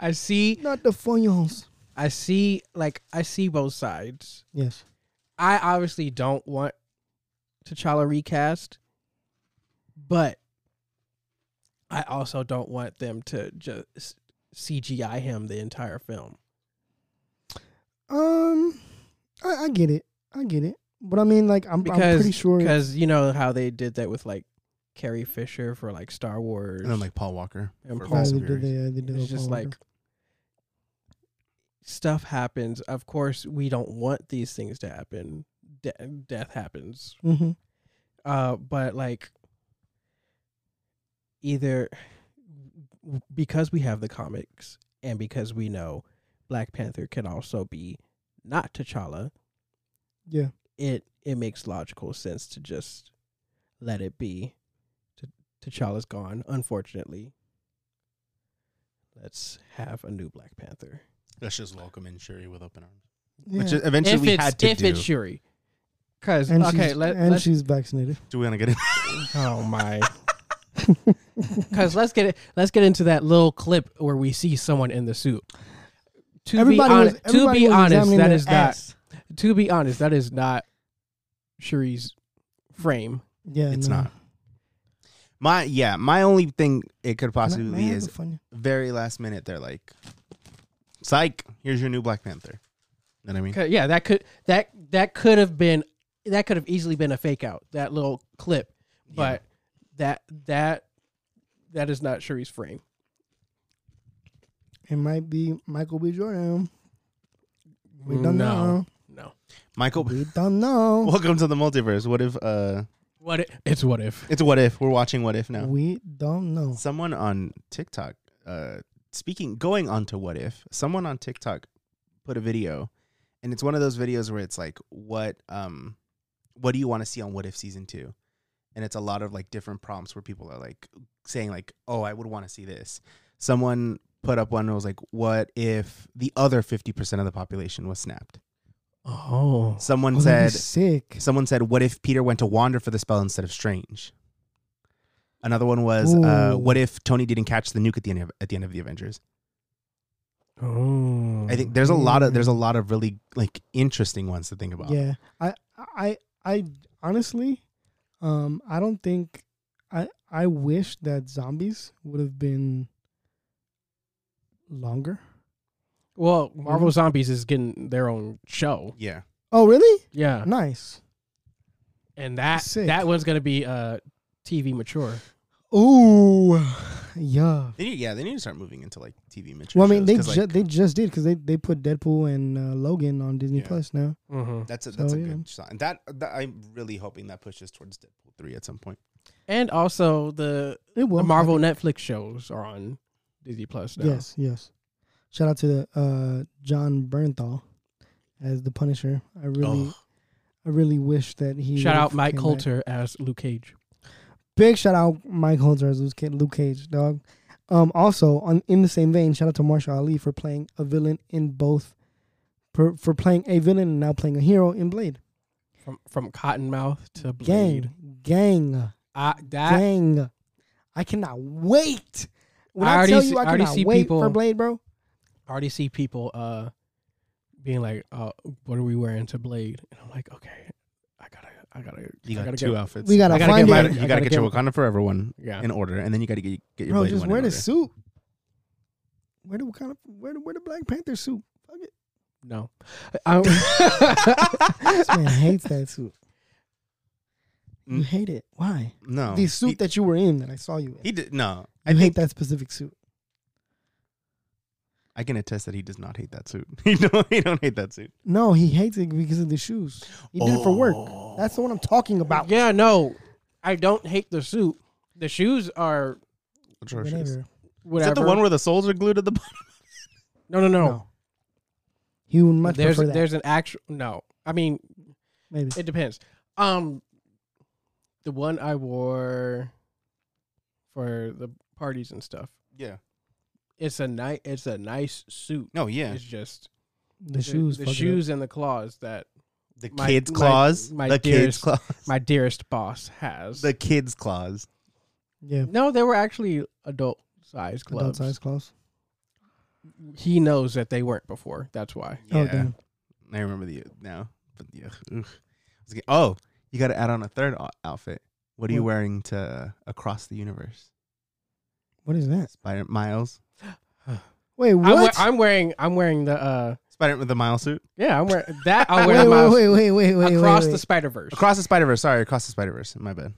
Speaker 3: I see.
Speaker 2: Not the phones.
Speaker 3: I see. Like I see both sides.
Speaker 2: Yes.
Speaker 3: I obviously don't want T'Challa recast, but I also don't want them to just CGI him the entire film.
Speaker 2: Um, I, I get it. I get it. But I mean, like, I'm, I'm
Speaker 3: Because-
Speaker 2: pretty sure.
Speaker 3: Because you know how they did that with like Carrie Fisher for like Star Wars.
Speaker 1: And then like Paul Walker.
Speaker 3: And
Speaker 1: for
Speaker 3: Paul-
Speaker 2: Yeah,
Speaker 1: Fast
Speaker 2: they
Speaker 1: and
Speaker 2: did
Speaker 1: Furious.
Speaker 2: the, uh, they did
Speaker 3: it's
Speaker 2: a
Speaker 3: just
Speaker 2: Paul
Speaker 3: like
Speaker 2: Walker.
Speaker 3: stuff happens. Of course, we don't want these things to happen. De- death happens.
Speaker 2: Mhm.
Speaker 3: uh but like either because we have the comics and because we know Black Panther can also be not T'Challa
Speaker 2: Yeah.
Speaker 3: it it makes logical sense to just let it be. T- T'Challa's gone, unfortunately. Let's have a new Black Panther.
Speaker 1: Let's just welcome in Shuri with open arms.
Speaker 2: Yeah.
Speaker 1: Which eventually we had to
Speaker 3: if
Speaker 1: do.
Speaker 3: it's Shuri, because
Speaker 2: and
Speaker 3: okay,
Speaker 2: she's,
Speaker 3: let,
Speaker 2: and
Speaker 3: us
Speaker 2: she's vaccinated.
Speaker 1: do we want to get in?
Speaker 3: oh my, because let's get it. Let's get into that little clip where we see someone in the suit. To
Speaker 2: everybody
Speaker 3: be
Speaker 2: was,
Speaker 3: honest, to
Speaker 2: everybody
Speaker 3: be
Speaker 2: was
Speaker 3: honest,
Speaker 2: examining
Speaker 3: that
Speaker 2: their
Speaker 3: is
Speaker 2: ass.
Speaker 3: not. To be honest, that is not Shuri's frame.
Speaker 2: Yeah,
Speaker 1: It's
Speaker 2: no.
Speaker 1: not. My yeah, my only thing it could
Speaker 2: Can I-
Speaker 1: possibly
Speaker 2: may I
Speaker 1: be
Speaker 2: have
Speaker 1: is
Speaker 2: a funny-
Speaker 1: very last minute they're like, "Psych, here's your new Black Panther." You know what I mean?
Speaker 3: Could- Yeah, that could that that could have been that could have easily been a fake out that little clip, but that that that is not Shuri's frame.
Speaker 2: It might be Michael B. Jordan. We don't know.
Speaker 3: no.
Speaker 1: Michael,
Speaker 2: We don't know.
Speaker 1: welcome to the multiverse. What if uh,
Speaker 3: What if, it's what if?
Speaker 1: it's what if we're watching what if now?
Speaker 2: We don't know.
Speaker 1: someone on TikTok, uh, speaking, going on to what if, someone on TikTok put a video, and it's one of those videos where it's like, what, um, what do you want to see on What If season two? And it's a lot of like different prompts where people are like saying like, oh, I would want to see this. Someone put up one that was like, what if the other fifty percent of the population was snapped?
Speaker 3: Oh,
Speaker 1: Someone
Speaker 2: Oh, that'd be
Speaker 1: said,
Speaker 2: sick.
Speaker 1: Someone said, "What if Peter went to Wander for the spell instead of Strange?" Another one was, uh,
Speaker 2: Ooh.
Speaker 1: "What if Tony didn't catch the nuke at the end of, at the end of the Avengers?"
Speaker 3: oh.
Speaker 1: I think there's a lot of
Speaker 2: Yeah.
Speaker 1: there's a lot of really like interesting ones to think about.
Speaker 2: Yeah, I, I, I honestly, um, I don't think I, I wish that zombies would have been longer.
Speaker 3: well,
Speaker 2: Mm-hmm.
Speaker 3: Marvel Zombies is getting their own show.
Speaker 1: yeah.
Speaker 2: Oh, really?
Speaker 3: Yeah,
Speaker 2: Nice.
Speaker 3: and that
Speaker 2: Sick.
Speaker 3: that one's gonna be uh TV mature.
Speaker 2: Ooh, yeah.
Speaker 1: They need, yeah, they need to start moving into like TV mature.
Speaker 2: Well, I mean,
Speaker 1: shows,
Speaker 2: they
Speaker 1: 'cause,
Speaker 2: ju-
Speaker 1: like,
Speaker 2: they just did because they, they put Deadpool and uh, Logan on Disney
Speaker 1: Yeah.
Speaker 2: Plus now.
Speaker 3: Mm-hmm.
Speaker 1: that's a that's
Speaker 2: so,
Speaker 1: a
Speaker 2: yeah.
Speaker 1: good sign. That, that I'm really hoping that pushes towards Deadpool three at some point.
Speaker 3: And also the,
Speaker 2: It
Speaker 3: the
Speaker 2: will.
Speaker 3: Marvel Netflix shows are on Disney Plus now.
Speaker 2: Yes, yes. Shout out to the uh, John Bernthal as the Punisher. I really,
Speaker 1: Ugh.
Speaker 2: I really wish that he
Speaker 3: Shout
Speaker 2: would've
Speaker 3: out Mike
Speaker 2: came back.
Speaker 3: Coulter as Luke Cage.
Speaker 2: Big shout out Mike Coulter as Luke Ca- Luke Cage, dog. Um, also on in the same vein, shout out to Marshall Ali for playing a villain in both, for, for playing a villain and now playing a hero in Blade.
Speaker 3: From from Cottonmouth to Blade.
Speaker 2: Gang, gang.
Speaker 3: I, that
Speaker 2: Dang. I cannot wait. When
Speaker 3: I
Speaker 2: I,
Speaker 3: already
Speaker 2: tell
Speaker 3: see-
Speaker 2: you I
Speaker 3: I already
Speaker 2: cannot
Speaker 3: see
Speaker 2: wait
Speaker 3: people-
Speaker 2: for Blade, bro.
Speaker 3: I already see people uh being like, uh, what are we wearing to Blade? And I'm like, okay, I gotta I gotta
Speaker 1: You
Speaker 3: I
Speaker 1: got
Speaker 3: gotta
Speaker 1: two
Speaker 3: get,
Speaker 1: outfits.
Speaker 2: we gotta
Speaker 1: I get,
Speaker 2: find it.
Speaker 1: my-
Speaker 3: I
Speaker 1: You
Speaker 3: gotta
Speaker 1: gotta get
Speaker 3: get
Speaker 1: your Wakanda Forever one
Speaker 3: Yeah.
Speaker 1: in order, and then you gotta get get your
Speaker 2: Bro,
Speaker 1: Blade
Speaker 2: just
Speaker 1: one.
Speaker 2: wear
Speaker 1: in
Speaker 2: the
Speaker 1: order.
Speaker 2: suit. Wear the kind of wear the, wear the Black Panther suit. Fuck it.
Speaker 3: no. Um,
Speaker 2: This man hates that suit. You
Speaker 1: Mm.
Speaker 2: hate it. Why?
Speaker 1: No,
Speaker 2: the suit
Speaker 1: he,
Speaker 2: that you were in that I saw you in.
Speaker 1: he did no.
Speaker 2: I hate that specific suit.
Speaker 1: I can attest that he does not hate that suit. he don't he don't hate that suit.
Speaker 2: No, he hates it because of the shoes. He did it for work. That's the one I'm talking about.
Speaker 3: yeah, no, I don't hate the suit. The shoes are
Speaker 1: Atrocious.
Speaker 2: Whatever.
Speaker 1: Is
Speaker 3: whatever.
Speaker 1: that the one where the soles are glued to the bottom?
Speaker 3: no, no, no.
Speaker 2: No. He would much
Speaker 3: there's
Speaker 2: prefer that.
Speaker 3: there's an actual no. I mean,
Speaker 2: Maybe.
Speaker 3: it depends. Um, the one I wore for the parties and stuff.
Speaker 1: Yeah.
Speaker 3: It's a nice. It's a nice suit.
Speaker 1: No, yeah.
Speaker 3: It's just
Speaker 2: the shoes.
Speaker 3: the
Speaker 2: fuck it up.
Speaker 3: shoes, and the claws that
Speaker 1: The
Speaker 3: My-
Speaker 1: kids
Speaker 3: my-
Speaker 1: claws.
Speaker 3: my
Speaker 1: the kids
Speaker 3: dearest-
Speaker 1: claws.
Speaker 3: my dearest boss has.
Speaker 1: The kids claws.
Speaker 2: Yeah.
Speaker 3: no, they were actually adult size gloves.
Speaker 2: Adult size claws.
Speaker 3: He knows that they weren't before. That's why.
Speaker 2: Oh,
Speaker 1: Yeah.
Speaker 2: damn.
Speaker 1: I remember the now. But yeah. ugh. I was like, Oh, you got to add on a third o- outfit. What are you
Speaker 2: What?
Speaker 1: wearing to uh, across the universe?
Speaker 2: What is that?
Speaker 1: Spider Miles.
Speaker 2: Wait,
Speaker 3: I'm, we-
Speaker 2: what?
Speaker 3: I'm wearing. I'm wearing the. uh
Speaker 1: Spider with the Miles suit.
Speaker 3: Yeah, I'm wearing that. I'll wear
Speaker 2: wait,
Speaker 3: the
Speaker 2: wait,
Speaker 3: mouse
Speaker 2: wait, wait, wait, wait,
Speaker 3: across
Speaker 2: wait,
Speaker 3: the
Speaker 2: wait.
Speaker 3: Spider Verse.
Speaker 1: Across the Spider Verse. Sorry, across the Spider Verse. My bad.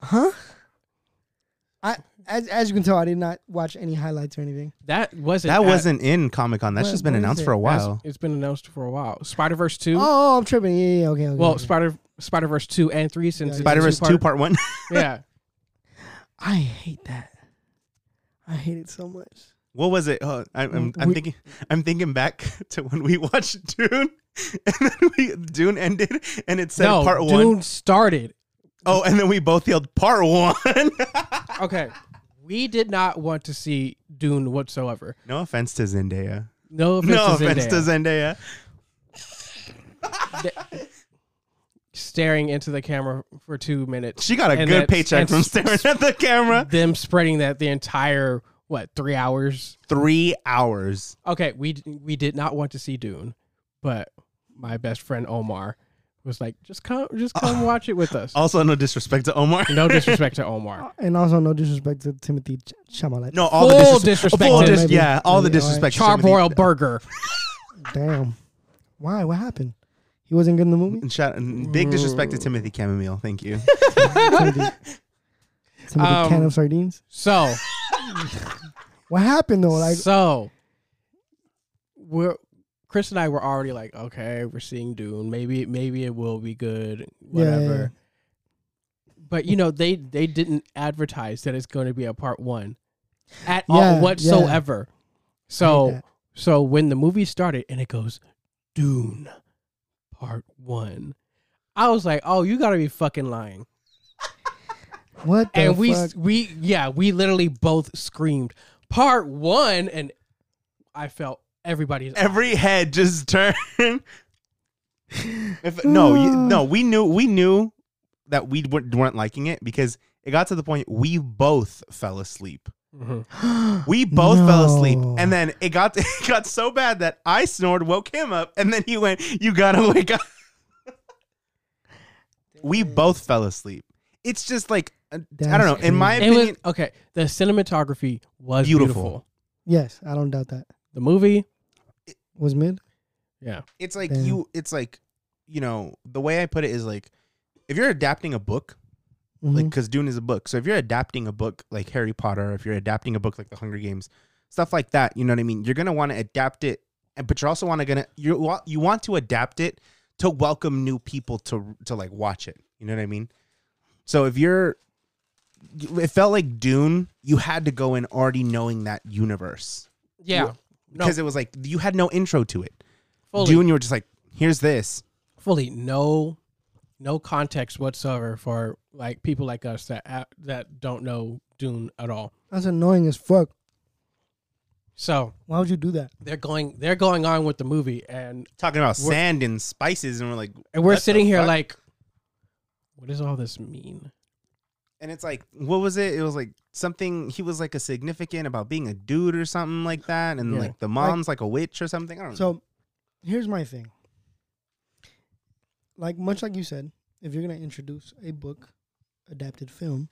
Speaker 2: huh? I as as you can tell, I did not watch any highlights or anything.
Speaker 3: That wasn't.
Speaker 1: That
Speaker 3: at-
Speaker 1: wasn't in Comic Con. That's
Speaker 2: What-
Speaker 1: just been
Speaker 2: what is
Speaker 1: announced
Speaker 2: it?
Speaker 1: for a
Speaker 3: that's-
Speaker 1: while.
Speaker 3: It's been announced for a while. Spider Verse two.
Speaker 2: Oh, I'm tripping. Yeah, yeah, okay. okay
Speaker 3: well,
Speaker 2: okay.
Speaker 3: Spider Spider Verse two and three since
Speaker 2: Yeah,
Speaker 3: it's a
Speaker 1: Spider Verse two part one.
Speaker 3: yeah.
Speaker 2: I hate that. I hate it so much.
Speaker 1: What was it? Oh, I, I'm,
Speaker 2: Mm,
Speaker 1: I'm
Speaker 2: we-
Speaker 1: thinking. I'm thinking back to when we watched Dune, and then we Dune ended, and it said
Speaker 3: no,
Speaker 1: part one.
Speaker 3: Dune started.
Speaker 1: Oh, and then we both yelled part one.
Speaker 3: Okay, we did not want to see Dune whatsoever.
Speaker 1: no offense to Zendaya.
Speaker 3: No offense,
Speaker 1: No
Speaker 3: to
Speaker 1: offense
Speaker 3: Zendaya.
Speaker 1: to Zendaya.
Speaker 3: staring into the camera for two minutes.
Speaker 1: She got a
Speaker 3: And
Speaker 1: good
Speaker 3: that's-
Speaker 1: paycheck from staring
Speaker 3: that's-
Speaker 1: at the camera.
Speaker 3: them spreading that the entire what three hours.
Speaker 1: Three hours.
Speaker 3: Okay, we d- we did not want to see Dune, but my best friend Omar was like, just come, just come watch it with us.
Speaker 1: Also, no disrespect to Omar.
Speaker 3: No disrespect to Omar.
Speaker 2: And also, no disrespect to Timothy Ch- Chalamet.
Speaker 1: No, all
Speaker 3: Full
Speaker 1: the disres-
Speaker 3: disrespect
Speaker 1: full
Speaker 3: to him,
Speaker 1: dis-
Speaker 2: maybe.
Speaker 1: yeah, all the
Speaker 2: Maybe, all right.
Speaker 1: disrespect. to Timothy.
Speaker 3: Charbroiled burger.
Speaker 2: Damn. Why? What happened? He wasn't good in the movie.
Speaker 1: And shout- and big disrespect
Speaker 3: Mm.
Speaker 1: to Timothy Chamomile. Thank you.
Speaker 2: Timothy, Timothy
Speaker 3: Um,
Speaker 2: can of sardines.
Speaker 3: So
Speaker 2: What happened though? Like,
Speaker 3: so we're Chris and I were already like, okay, we're seeing Dune. Maybe maybe it will be good,
Speaker 2: Yeah, yeah,
Speaker 3: whatever. But you know, they they didn't advertise that it's going to be a part 1 at
Speaker 2: Yeah, yeah.
Speaker 3: all whatsoever. So
Speaker 2: that.
Speaker 3: so when the movie started and it goes Dune part 1. I was like, "Oh, you got to be fucking lying."
Speaker 2: what the
Speaker 3: and we
Speaker 2: fuck?
Speaker 3: we yeah we literally both screamed part one and i felt everybody's
Speaker 1: Every head just turned. if no, you, no, we knew we knew that we wer- weren't liking it because it got to the point we both fell asleep.
Speaker 3: Mhm.
Speaker 1: We both fell asleep,
Speaker 2: No.
Speaker 1: and then it got it got so bad that I snored, woke him up, and then he went, "You gotta wake up." we both fell asleep. It's just like uh, I
Speaker 2: That's
Speaker 1: don't know. In my
Speaker 3: it
Speaker 1: opinion,
Speaker 3: was okay the cinematography was
Speaker 1: Beautiful.
Speaker 3: beautiful.
Speaker 2: Yes, I don't doubt that.
Speaker 3: the movie
Speaker 2: Was mid?
Speaker 3: yeah
Speaker 1: it's like
Speaker 2: Damn.
Speaker 1: you. It's like you know the way I put it is like if you're adapting a book,
Speaker 2: Mhm.
Speaker 1: like because Dune is a book. So if you're adapting a book like Harry Potter, if you're adapting a book like The Hunger Games, stuff like that, you know what I mean. You're gonna want to adapt it, and but you're also want to gonna you want you want to adapt it to welcome new people to to like watch it. You know what I mean. So if you're, it felt like Dune. You had to go in already knowing that universe
Speaker 3: yeah no
Speaker 1: because it was like you had no intro to it.
Speaker 3: fully
Speaker 1: Dune, you were just like, here's this.
Speaker 3: fully no no context whatsoever for like people like us that uh, that don't know dune at all
Speaker 2: That's annoying as fuck.
Speaker 3: so
Speaker 2: Why would you do that?
Speaker 3: they're going they're going on with the movie and
Speaker 1: Talking about
Speaker 3: We're-
Speaker 1: sand and spices, and we're like,
Speaker 3: and we're
Speaker 1: What the
Speaker 3: sitting here
Speaker 1: fuck?
Speaker 3: like what does all this mean
Speaker 1: and it's like what was it it was like something he was like a significant about being a dude or something like that and
Speaker 3: Yeah.
Speaker 1: like the mom's like, a witch or something i don't know
Speaker 2: So, here's my thing. Like much like you said, if you're gonna introduce a book adapted film,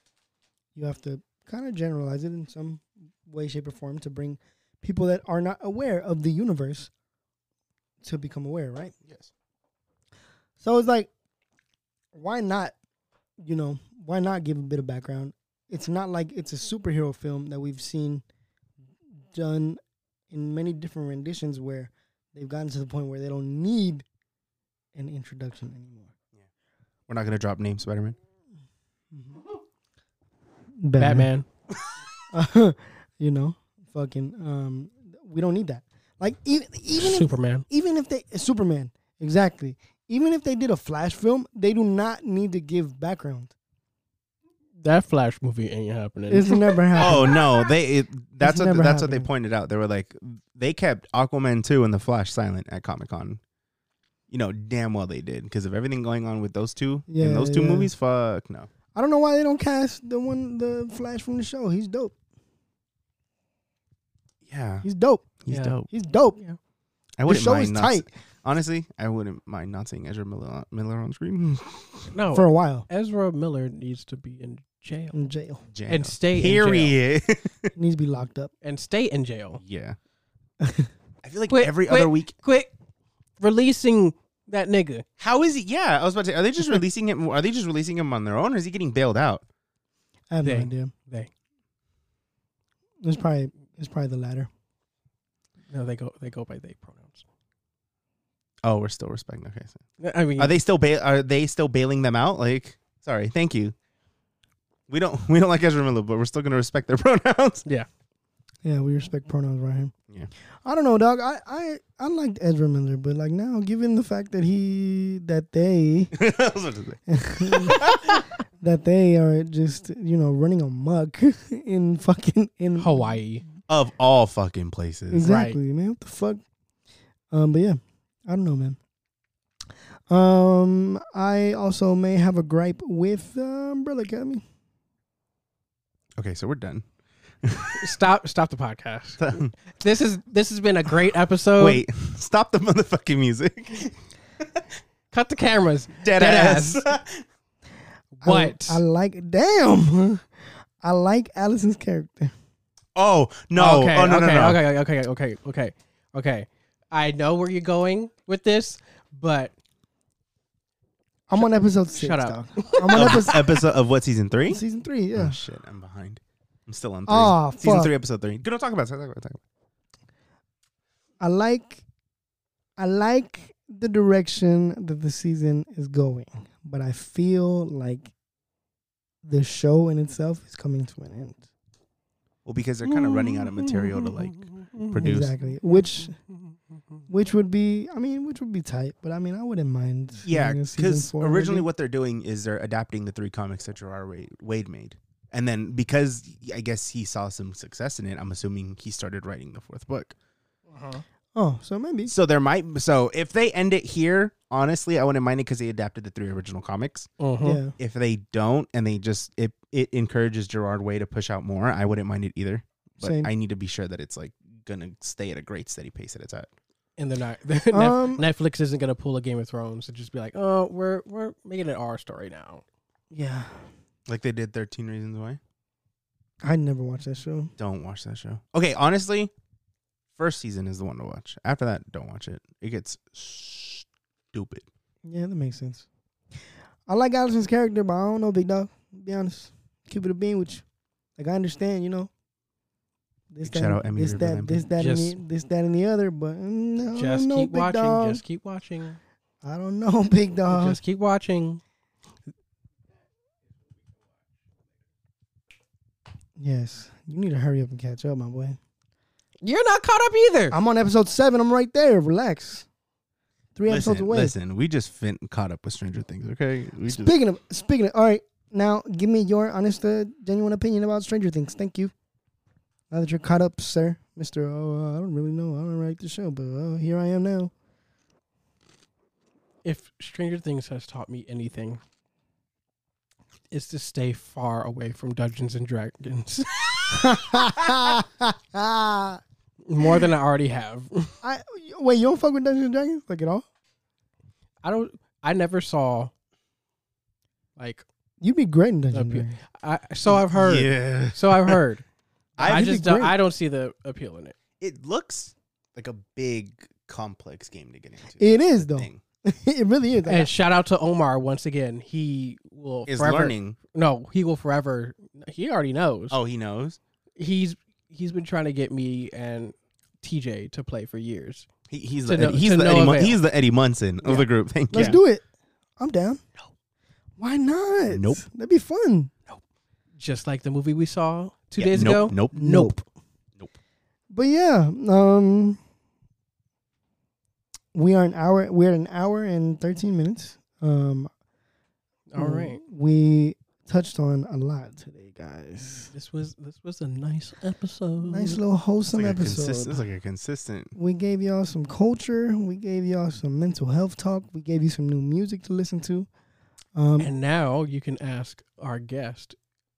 Speaker 2: you have to kind of generalize it in some way, shape, or form to bring people that are not aware of the universe to become aware, right?
Speaker 1: yes
Speaker 2: So it's like, why not? You know, why not give a bit of background? It's not like it's a superhero film that we've seen done in many different renditions where they've gotten to the point where they don't need an introduction anymore.
Speaker 1: we're not gonna drop names spider-man
Speaker 3: batman
Speaker 2: you know, fucking, um, we don't need that. Like even even if
Speaker 3: superman
Speaker 2: even if they Superman, exactly. Even if they did a flash film, they do not need to give background.
Speaker 3: that Flash movie ain't happening.
Speaker 2: It's never happened.
Speaker 1: oh no they it, that's what
Speaker 2: never
Speaker 1: that's what they
Speaker 2: happening.
Speaker 1: pointed out they were like they kept aquaman 2 and the flash silent at comic-con you know damn well they did because of everything going on with those two yeah,
Speaker 2: Yeah,
Speaker 1: and those two
Speaker 2: yeah.
Speaker 1: movies fuck no
Speaker 2: I don't know why they don't cast the one, the Flash from the show. He's dope.
Speaker 1: yeah
Speaker 2: He's dope.
Speaker 1: he's
Speaker 3: Yeah.
Speaker 1: dope
Speaker 2: He's dope.
Speaker 3: Yeah.
Speaker 1: i
Speaker 2: The
Speaker 1: wouldn't
Speaker 2: show is
Speaker 1: mind not
Speaker 2: tight
Speaker 1: honestly i wouldn't mind not seeing ezra miller on, miller on screen
Speaker 3: no,
Speaker 1: Oh.
Speaker 2: for a while.
Speaker 3: Ezra Miller needs to be in jail
Speaker 2: In jail,
Speaker 1: Jam.
Speaker 3: and stay in jail.
Speaker 1: period
Speaker 2: needs to be locked up.
Speaker 3: and stay in jail.
Speaker 1: Yeah. I feel like
Speaker 3: Quit,
Speaker 1: every
Speaker 3: quit.
Speaker 1: other week.
Speaker 3: Quick, releasing that nigga.
Speaker 1: How is he? Yeah, I was about to. Are they just releasing him? Are they just releasing him on their own, or is he getting bailed out?
Speaker 2: I have
Speaker 3: They-
Speaker 2: no idea.
Speaker 3: They
Speaker 2: It's probably it's probably the latter.
Speaker 3: no, they go they go by they pronouns.
Speaker 1: Oh, we're still respecting. Okay, so.
Speaker 3: I mean,
Speaker 1: are they still bail? Are they still bailing them out? Like, sorry, thank you. We don't we don't like Ezra Miller, but we're still gonna respect their pronouns.
Speaker 3: Yeah.
Speaker 2: Yeah, we respect pronouns around him.
Speaker 1: Yeah.
Speaker 2: I don't know, dog. I I I liked Ezra Miller, but like now, given the fact that he that they
Speaker 1: I was about to say.
Speaker 2: that they are just you know running amok in fucking in
Speaker 3: Oh, Hawaii.
Speaker 1: Of all fucking places.
Speaker 2: Exactly, man. What the fuck? Um, but yeah, I don't know, man. Um, I also may have a gripe with uh, Umbrella Academy.
Speaker 1: Okay, so we're done.
Speaker 3: Stop stop the podcast. This is this has been a great episode.
Speaker 1: Wait, stop the motherfucking music.
Speaker 3: Cut the cameras.
Speaker 1: Dead,
Speaker 3: Dead
Speaker 1: ass.
Speaker 2: I-
Speaker 3: What?
Speaker 2: I, like. Damn, I like Allison's character.
Speaker 1: oh, no.
Speaker 3: Okay,
Speaker 1: oh, no,
Speaker 3: okay,
Speaker 1: no, no.
Speaker 3: okay, okay, okay, okay, okay. I know where you're going with this, but
Speaker 2: I'm on episode six.
Speaker 3: shut up. Oh.
Speaker 2: dog. I'm on
Speaker 1: Of
Speaker 2: episode
Speaker 1: episode of what, season three?
Speaker 2: season three.
Speaker 1: Oh,
Speaker 2: Yeah.
Speaker 1: shit. I'm behind. I'm still on three.
Speaker 2: Oh,
Speaker 1: season
Speaker 2: fuck.
Speaker 1: three, episode three. Good, don't talk about it. Talk about it. Talk about
Speaker 2: I like I like the direction that the season is going, but I feel like the show in itself is coming to an end.
Speaker 1: it. Well, because they're kind of running out of material to, like, produce.
Speaker 2: Mm-hmm. Exactly. Which which would be I mean, which would be tight, but I mean I wouldn't mind.
Speaker 1: Yeah,
Speaker 2: having a season
Speaker 1: because
Speaker 2: four,
Speaker 1: originally
Speaker 2: maybe.
Speaker 1: what they're doing is they're adapting the three comics that Gerard Wade, Wade made, and then because I guess he saw some success in it, I'm assuming he started writing the fourth book.
Speaker 2: Oh, so maybe.
Speaker 1: So there might, so if they end it here, honestly, I wouldn't mind it because they adapted the three original comics.
Speaker 2: Yeah.
Speaker 1: If they don't, and they just it it encourages Gerard Way to push out more, I wouldn't mind it either. But
Speaker 2: Same.
Speaker 1: I need to be sure that it's like gonna stay at a great steady pace that it's at.
Speaker 3: And they're not. Nef-
Speaker 2: Um,
Speaker 3: Netflix isn't gonna pull a Game of Thrones and just be like, "Oh, we're we're making it our story now."
Speaker 2: yeah.
Speaker 1: Like they did Thirteen Reasons Why.
Speaker 2: I never watched that show.
Speaker 1: Don't watch that show. Okay, honestly, first season is the one to watch. After that, don't watch it. It gets stupid.
Speaker 2: Yeah, that makes sense. I like Allison's character, but I don't know, big dog. Be honest. Keep it a bean with you. Like I understand, you know. This
Speaker 1: Big shout out Emmy
Speaker 2: this
Speaker 1: River
Speaker 2: that,
Speaker 1: Lampen.
Speaker 2: this that, and
Speaker 3: Just-
Speaker 2: the, this that, and the other. But mm, no,
Speaker 3: just
Speaker 2: no,
Speaker 3: keep
Speaker 2: big
Speaker 3: watching.
Speaker 2: Dog.
Speaker 3: Just keep watching.
Speaker 2: I don't know, big dog.
Speaker 3: just keep watching.
Speaker 2: yes, you need to hurry up and catch up, my boy.
Speaker 3: You're not caught up either.
Speaker 2: I'm on episode seven. I'm right there. Relax. Three episodes
Speaker 1: Listen,
Speaker 2: away.
Speaker 1: listen, we just fin- caught up with Stranger Things. Okay, we just
Speaker 2: Speaking of, speaking of, all right. Now, give me your honest, uh, genuine opinion about Stranger Things. Thank you. Now that you're caught up, sir, Mister. Oh, uh, I don't really know. I don't write the show, but uh, here I am now.
Speaker 3: if Stranger Things has taught me anything, is to stay far away from Dungeons and Dragons
Speaker 2: Ah,
Speaker 3: more than I already have.
Speaker 2: I wait. You don't fuck with Dungeons and Dragons like at all.
Speaker 3: I don't. I never saw. Like
Speaker 2: You'd be great in Dungeons.
Speaker 3: Up
Speaker 2: and
Speaker 3: here.
Speaker 2: Dragons.
Speaker 3: I, so I've heard.
Speaker 1: Yeah,
Speaker 3: So I've heard.
Speaker 1: I
Speaker 3: I,
Speaker 2: You'd be
Speaker 3: just don't.
Speaker 2: great.
Speaker 3: I don't see the appeal in it.
Speaker 1: it looks like a big complex game to get into.
Speaker 2: It is though.
Speaker 1: Thing.
Speaker 2: it really is.
Speaker 3: And shout out to Omar once again. He will
Speaker 1: Is
Speaker 3: forever.
Speaker 1: learning.
Speaker 3: No, he will forever. He already knows.
Speaker 1: Oh, he knows.
Speaker 3: he's he's been trying to get me and TJ to play for years.
Speaker 1: He, he's
Speaker 3: To
Speaker 1: the
Speaker 3: no-
Speaker 1: Eddie, he's
Speaker 3: to
Speaker 1: the
Speaker 3: no
Speaker 1: Eddie Mun-
Speaker 3: avail.
Speaker 1: he's the Eddie Munson of
Speaker 3: Yeah.
Speaker 1: the group. Thank
Speaker 2: Let's
Speaker 1: you.
Speaker 2: do it. I'm down. Why not?
Speaker 1: Nope.
Speaker 2: That'd be fun.
Speaker 3: Just like the movie we saw two
Speaker 1: Yeah,
Speaker 3: days
Speaker 1: nope,
Speaker 3: ago.
Speaker 1: Nope.
Speaker 3: Nope.
Speaker 2: But yeah, um, we are an hour. We're an hour and thirteen minutes. Um,
Speaker 3: All right.
Speaker 2: Mm, we touched on a lot today, guys.
Speaker 3: This was this was a nice episode.
Speaker 2: Nice little
Speaker 1: It's
Speaker 2: wholesome
Speaker 1: like, a consist-
Speaker 2: episode.
Speaker 1: it's like a consistent.
Speaker 2: we gave y'all some culture. We gave y'all some mental health talk. We gave you some new music to listen to. Um,
Speaker 3: And now you can ask our guest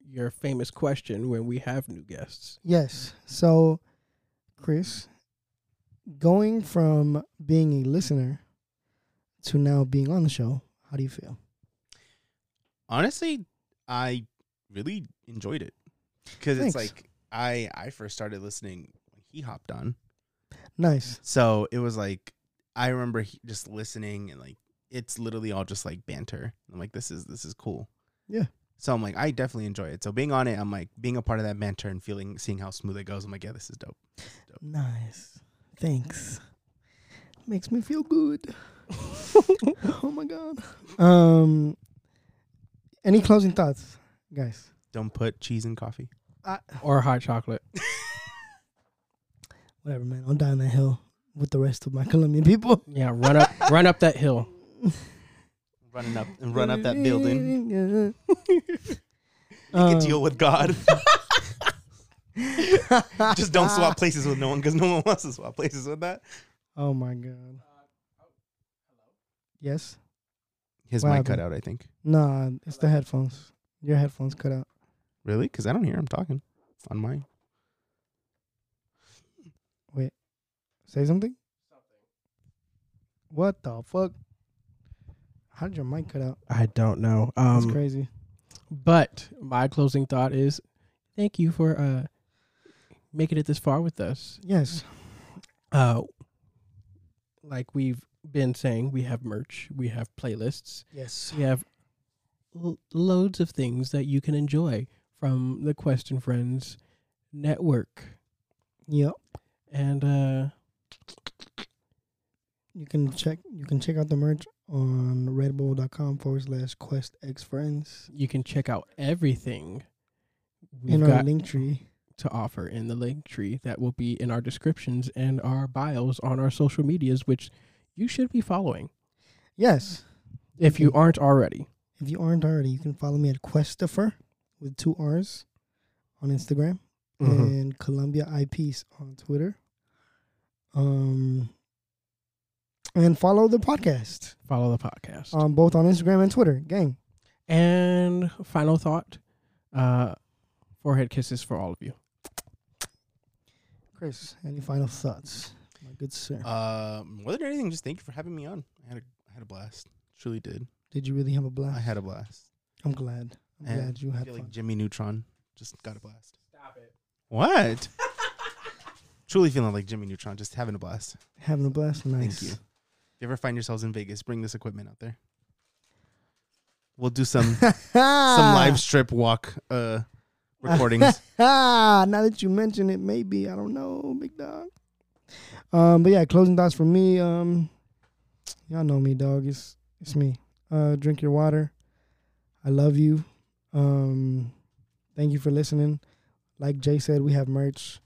Speaker 3: your famous question when we have new guests.
Speaker 2: Yes. So, Chris, going from being a listener to now being on the show, how do you feel?
Speaker 1: honestly, I really enjoyed it because it's
Speaker 2: Thanks.
Speaker 1: like I I first started listening when he hopped on,
Speaker 2: Nice.
Speaker 1: so it was like I remember he, just listening and like it's literally all just like banter. I'm like, this is this is cool.
Speaker 2: Yeah.
Speaker 1: So I'm like, I definitely enjoy it. So being on it, I'm like being a part of that banter and feeling seeing how smooth it goes. I'm like, yeah, this is dope.
Speaker 2: Nice. Thanks. Makes me feel good. oh my god. Um any closing thoughts, guys?
Speaker 1: Don't put cheese in coffee.
Speaker 3: Or hot chocolate.
Speaker 2: whatever, man. I'm down that hill with the rest of my Colombian people.
Speaker 3: Yeah, run up, run up that hill.
Speaker 1: Running up and run up that building. You
Speaker 2: Um,
Speaker 1: can deal with God. Just don't swap places with no one because no one wants to swap places with that.
Speaker 2: Oh my god. Yes.
Speaker 1: His
Speaker 2: What
Speaker 1: mic
Speaker 2: happened?
Speaker 1: cut out, I think.
Speaker 2: Nah, it's the headphones. Your headphones cut out.
Speaker 1: Really? Because I don't hear him talking on mine.
Speaker 2: Say something. What the fuck? How did your mic cut out?
Speaker 3: I don't know.
Speaker 2: That's
Speaker 3: Um,
Speaker 2: crazy.
Speaker 3: but my closing thought is, thank you for uh making it this far with us.
Speaker 2: Yes.
Speaker 3: Uh, like we've been saying, we have merch, we have playlists,
Speaker 2: Yes.
Speaker 3: we have l- loads of things that you can enjoy from the Quest and Friends network,
Speaker 2: Yep.
Speaker 3: and uh,
Speaker 2: You can check. You can check out the merch on redbull.com forward slash quest x friends
Speaker 3: you can check out everything. We've
Speaker 2: in
Speaker 3: got
Speaker 2: our link tree.
Speaker 3: to offer in the link tree that will be in our descriptions and our bios on our social medias, which you should be following
Speaker 2: Yes.
Speaker 3: if you
Speaker 2: Mhm.
Speaker 3: aren't already.
Speaker 2: If you aren't already, you can follow me at Questifer with two R's on Instagram
Speaker 3: Mm-hmm.
Speaker 2: and Columbia Eyepiece on Twitter. Um, and follow the podcast
Speaker 3: Follow the podcast.
Speaker 2: um, both on Instagram and Twitter, gang.
Speaker 3: and final thought uh, forehead kisses for all of you.
Speaker 2: Chris, any final thoughts, my good sir?
Speaker 1: Uh, more than anything, just thank you for having me on. I had a, I had a blast. Truly did.
Speaker 2: Did you really have a
Speaker 1: I
Speaker 2: blast?
Speaker 1: had a blast.
Speaker 2: I'm glad. I'm
Speaker 1: And
Speaker 2: glad you
Speaker 1: I
Speaker 2: had
Speaker 1: feel
Speaker 2: fun.
Speaker 1: like Jimmy Neutron just got a blast. Stop it. What? Truly feeling like Jimmy Neutron, just having a blast.
Speaker 2: Having a blast, nice.
Speaker 1: Thank you. If you ever find yourselves in Vegas, bring this equipment out there. We'll do some some live strip walk uh recordings.
Speaker 2: Ah, now that you mention it, maybe I don't know, big dog. Um, but yeah, closing thoughts for me. Um, y'all know me, dog. It's it's me. Uh, drink your water. I love you. Um, thank you for listening. Like Jay said, we have merch.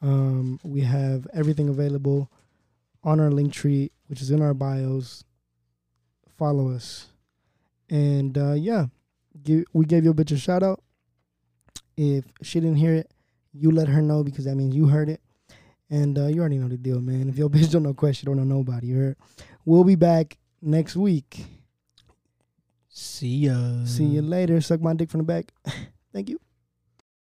Speaker 2: Um, we have everything available on our link tree, which is in our bios. Follow us, and uh, yeah, give, we gave your bitch a shout out. If she didn't hear it, you let her know because that means you heard it. And uh, you already know the deal, man. If your bitch don't know Quest, she don't know nobody. You heard? We'll be back next week.
Speaker 3: See ya.
Speaker 2: See you later. Suck my dick from the back. Thank you.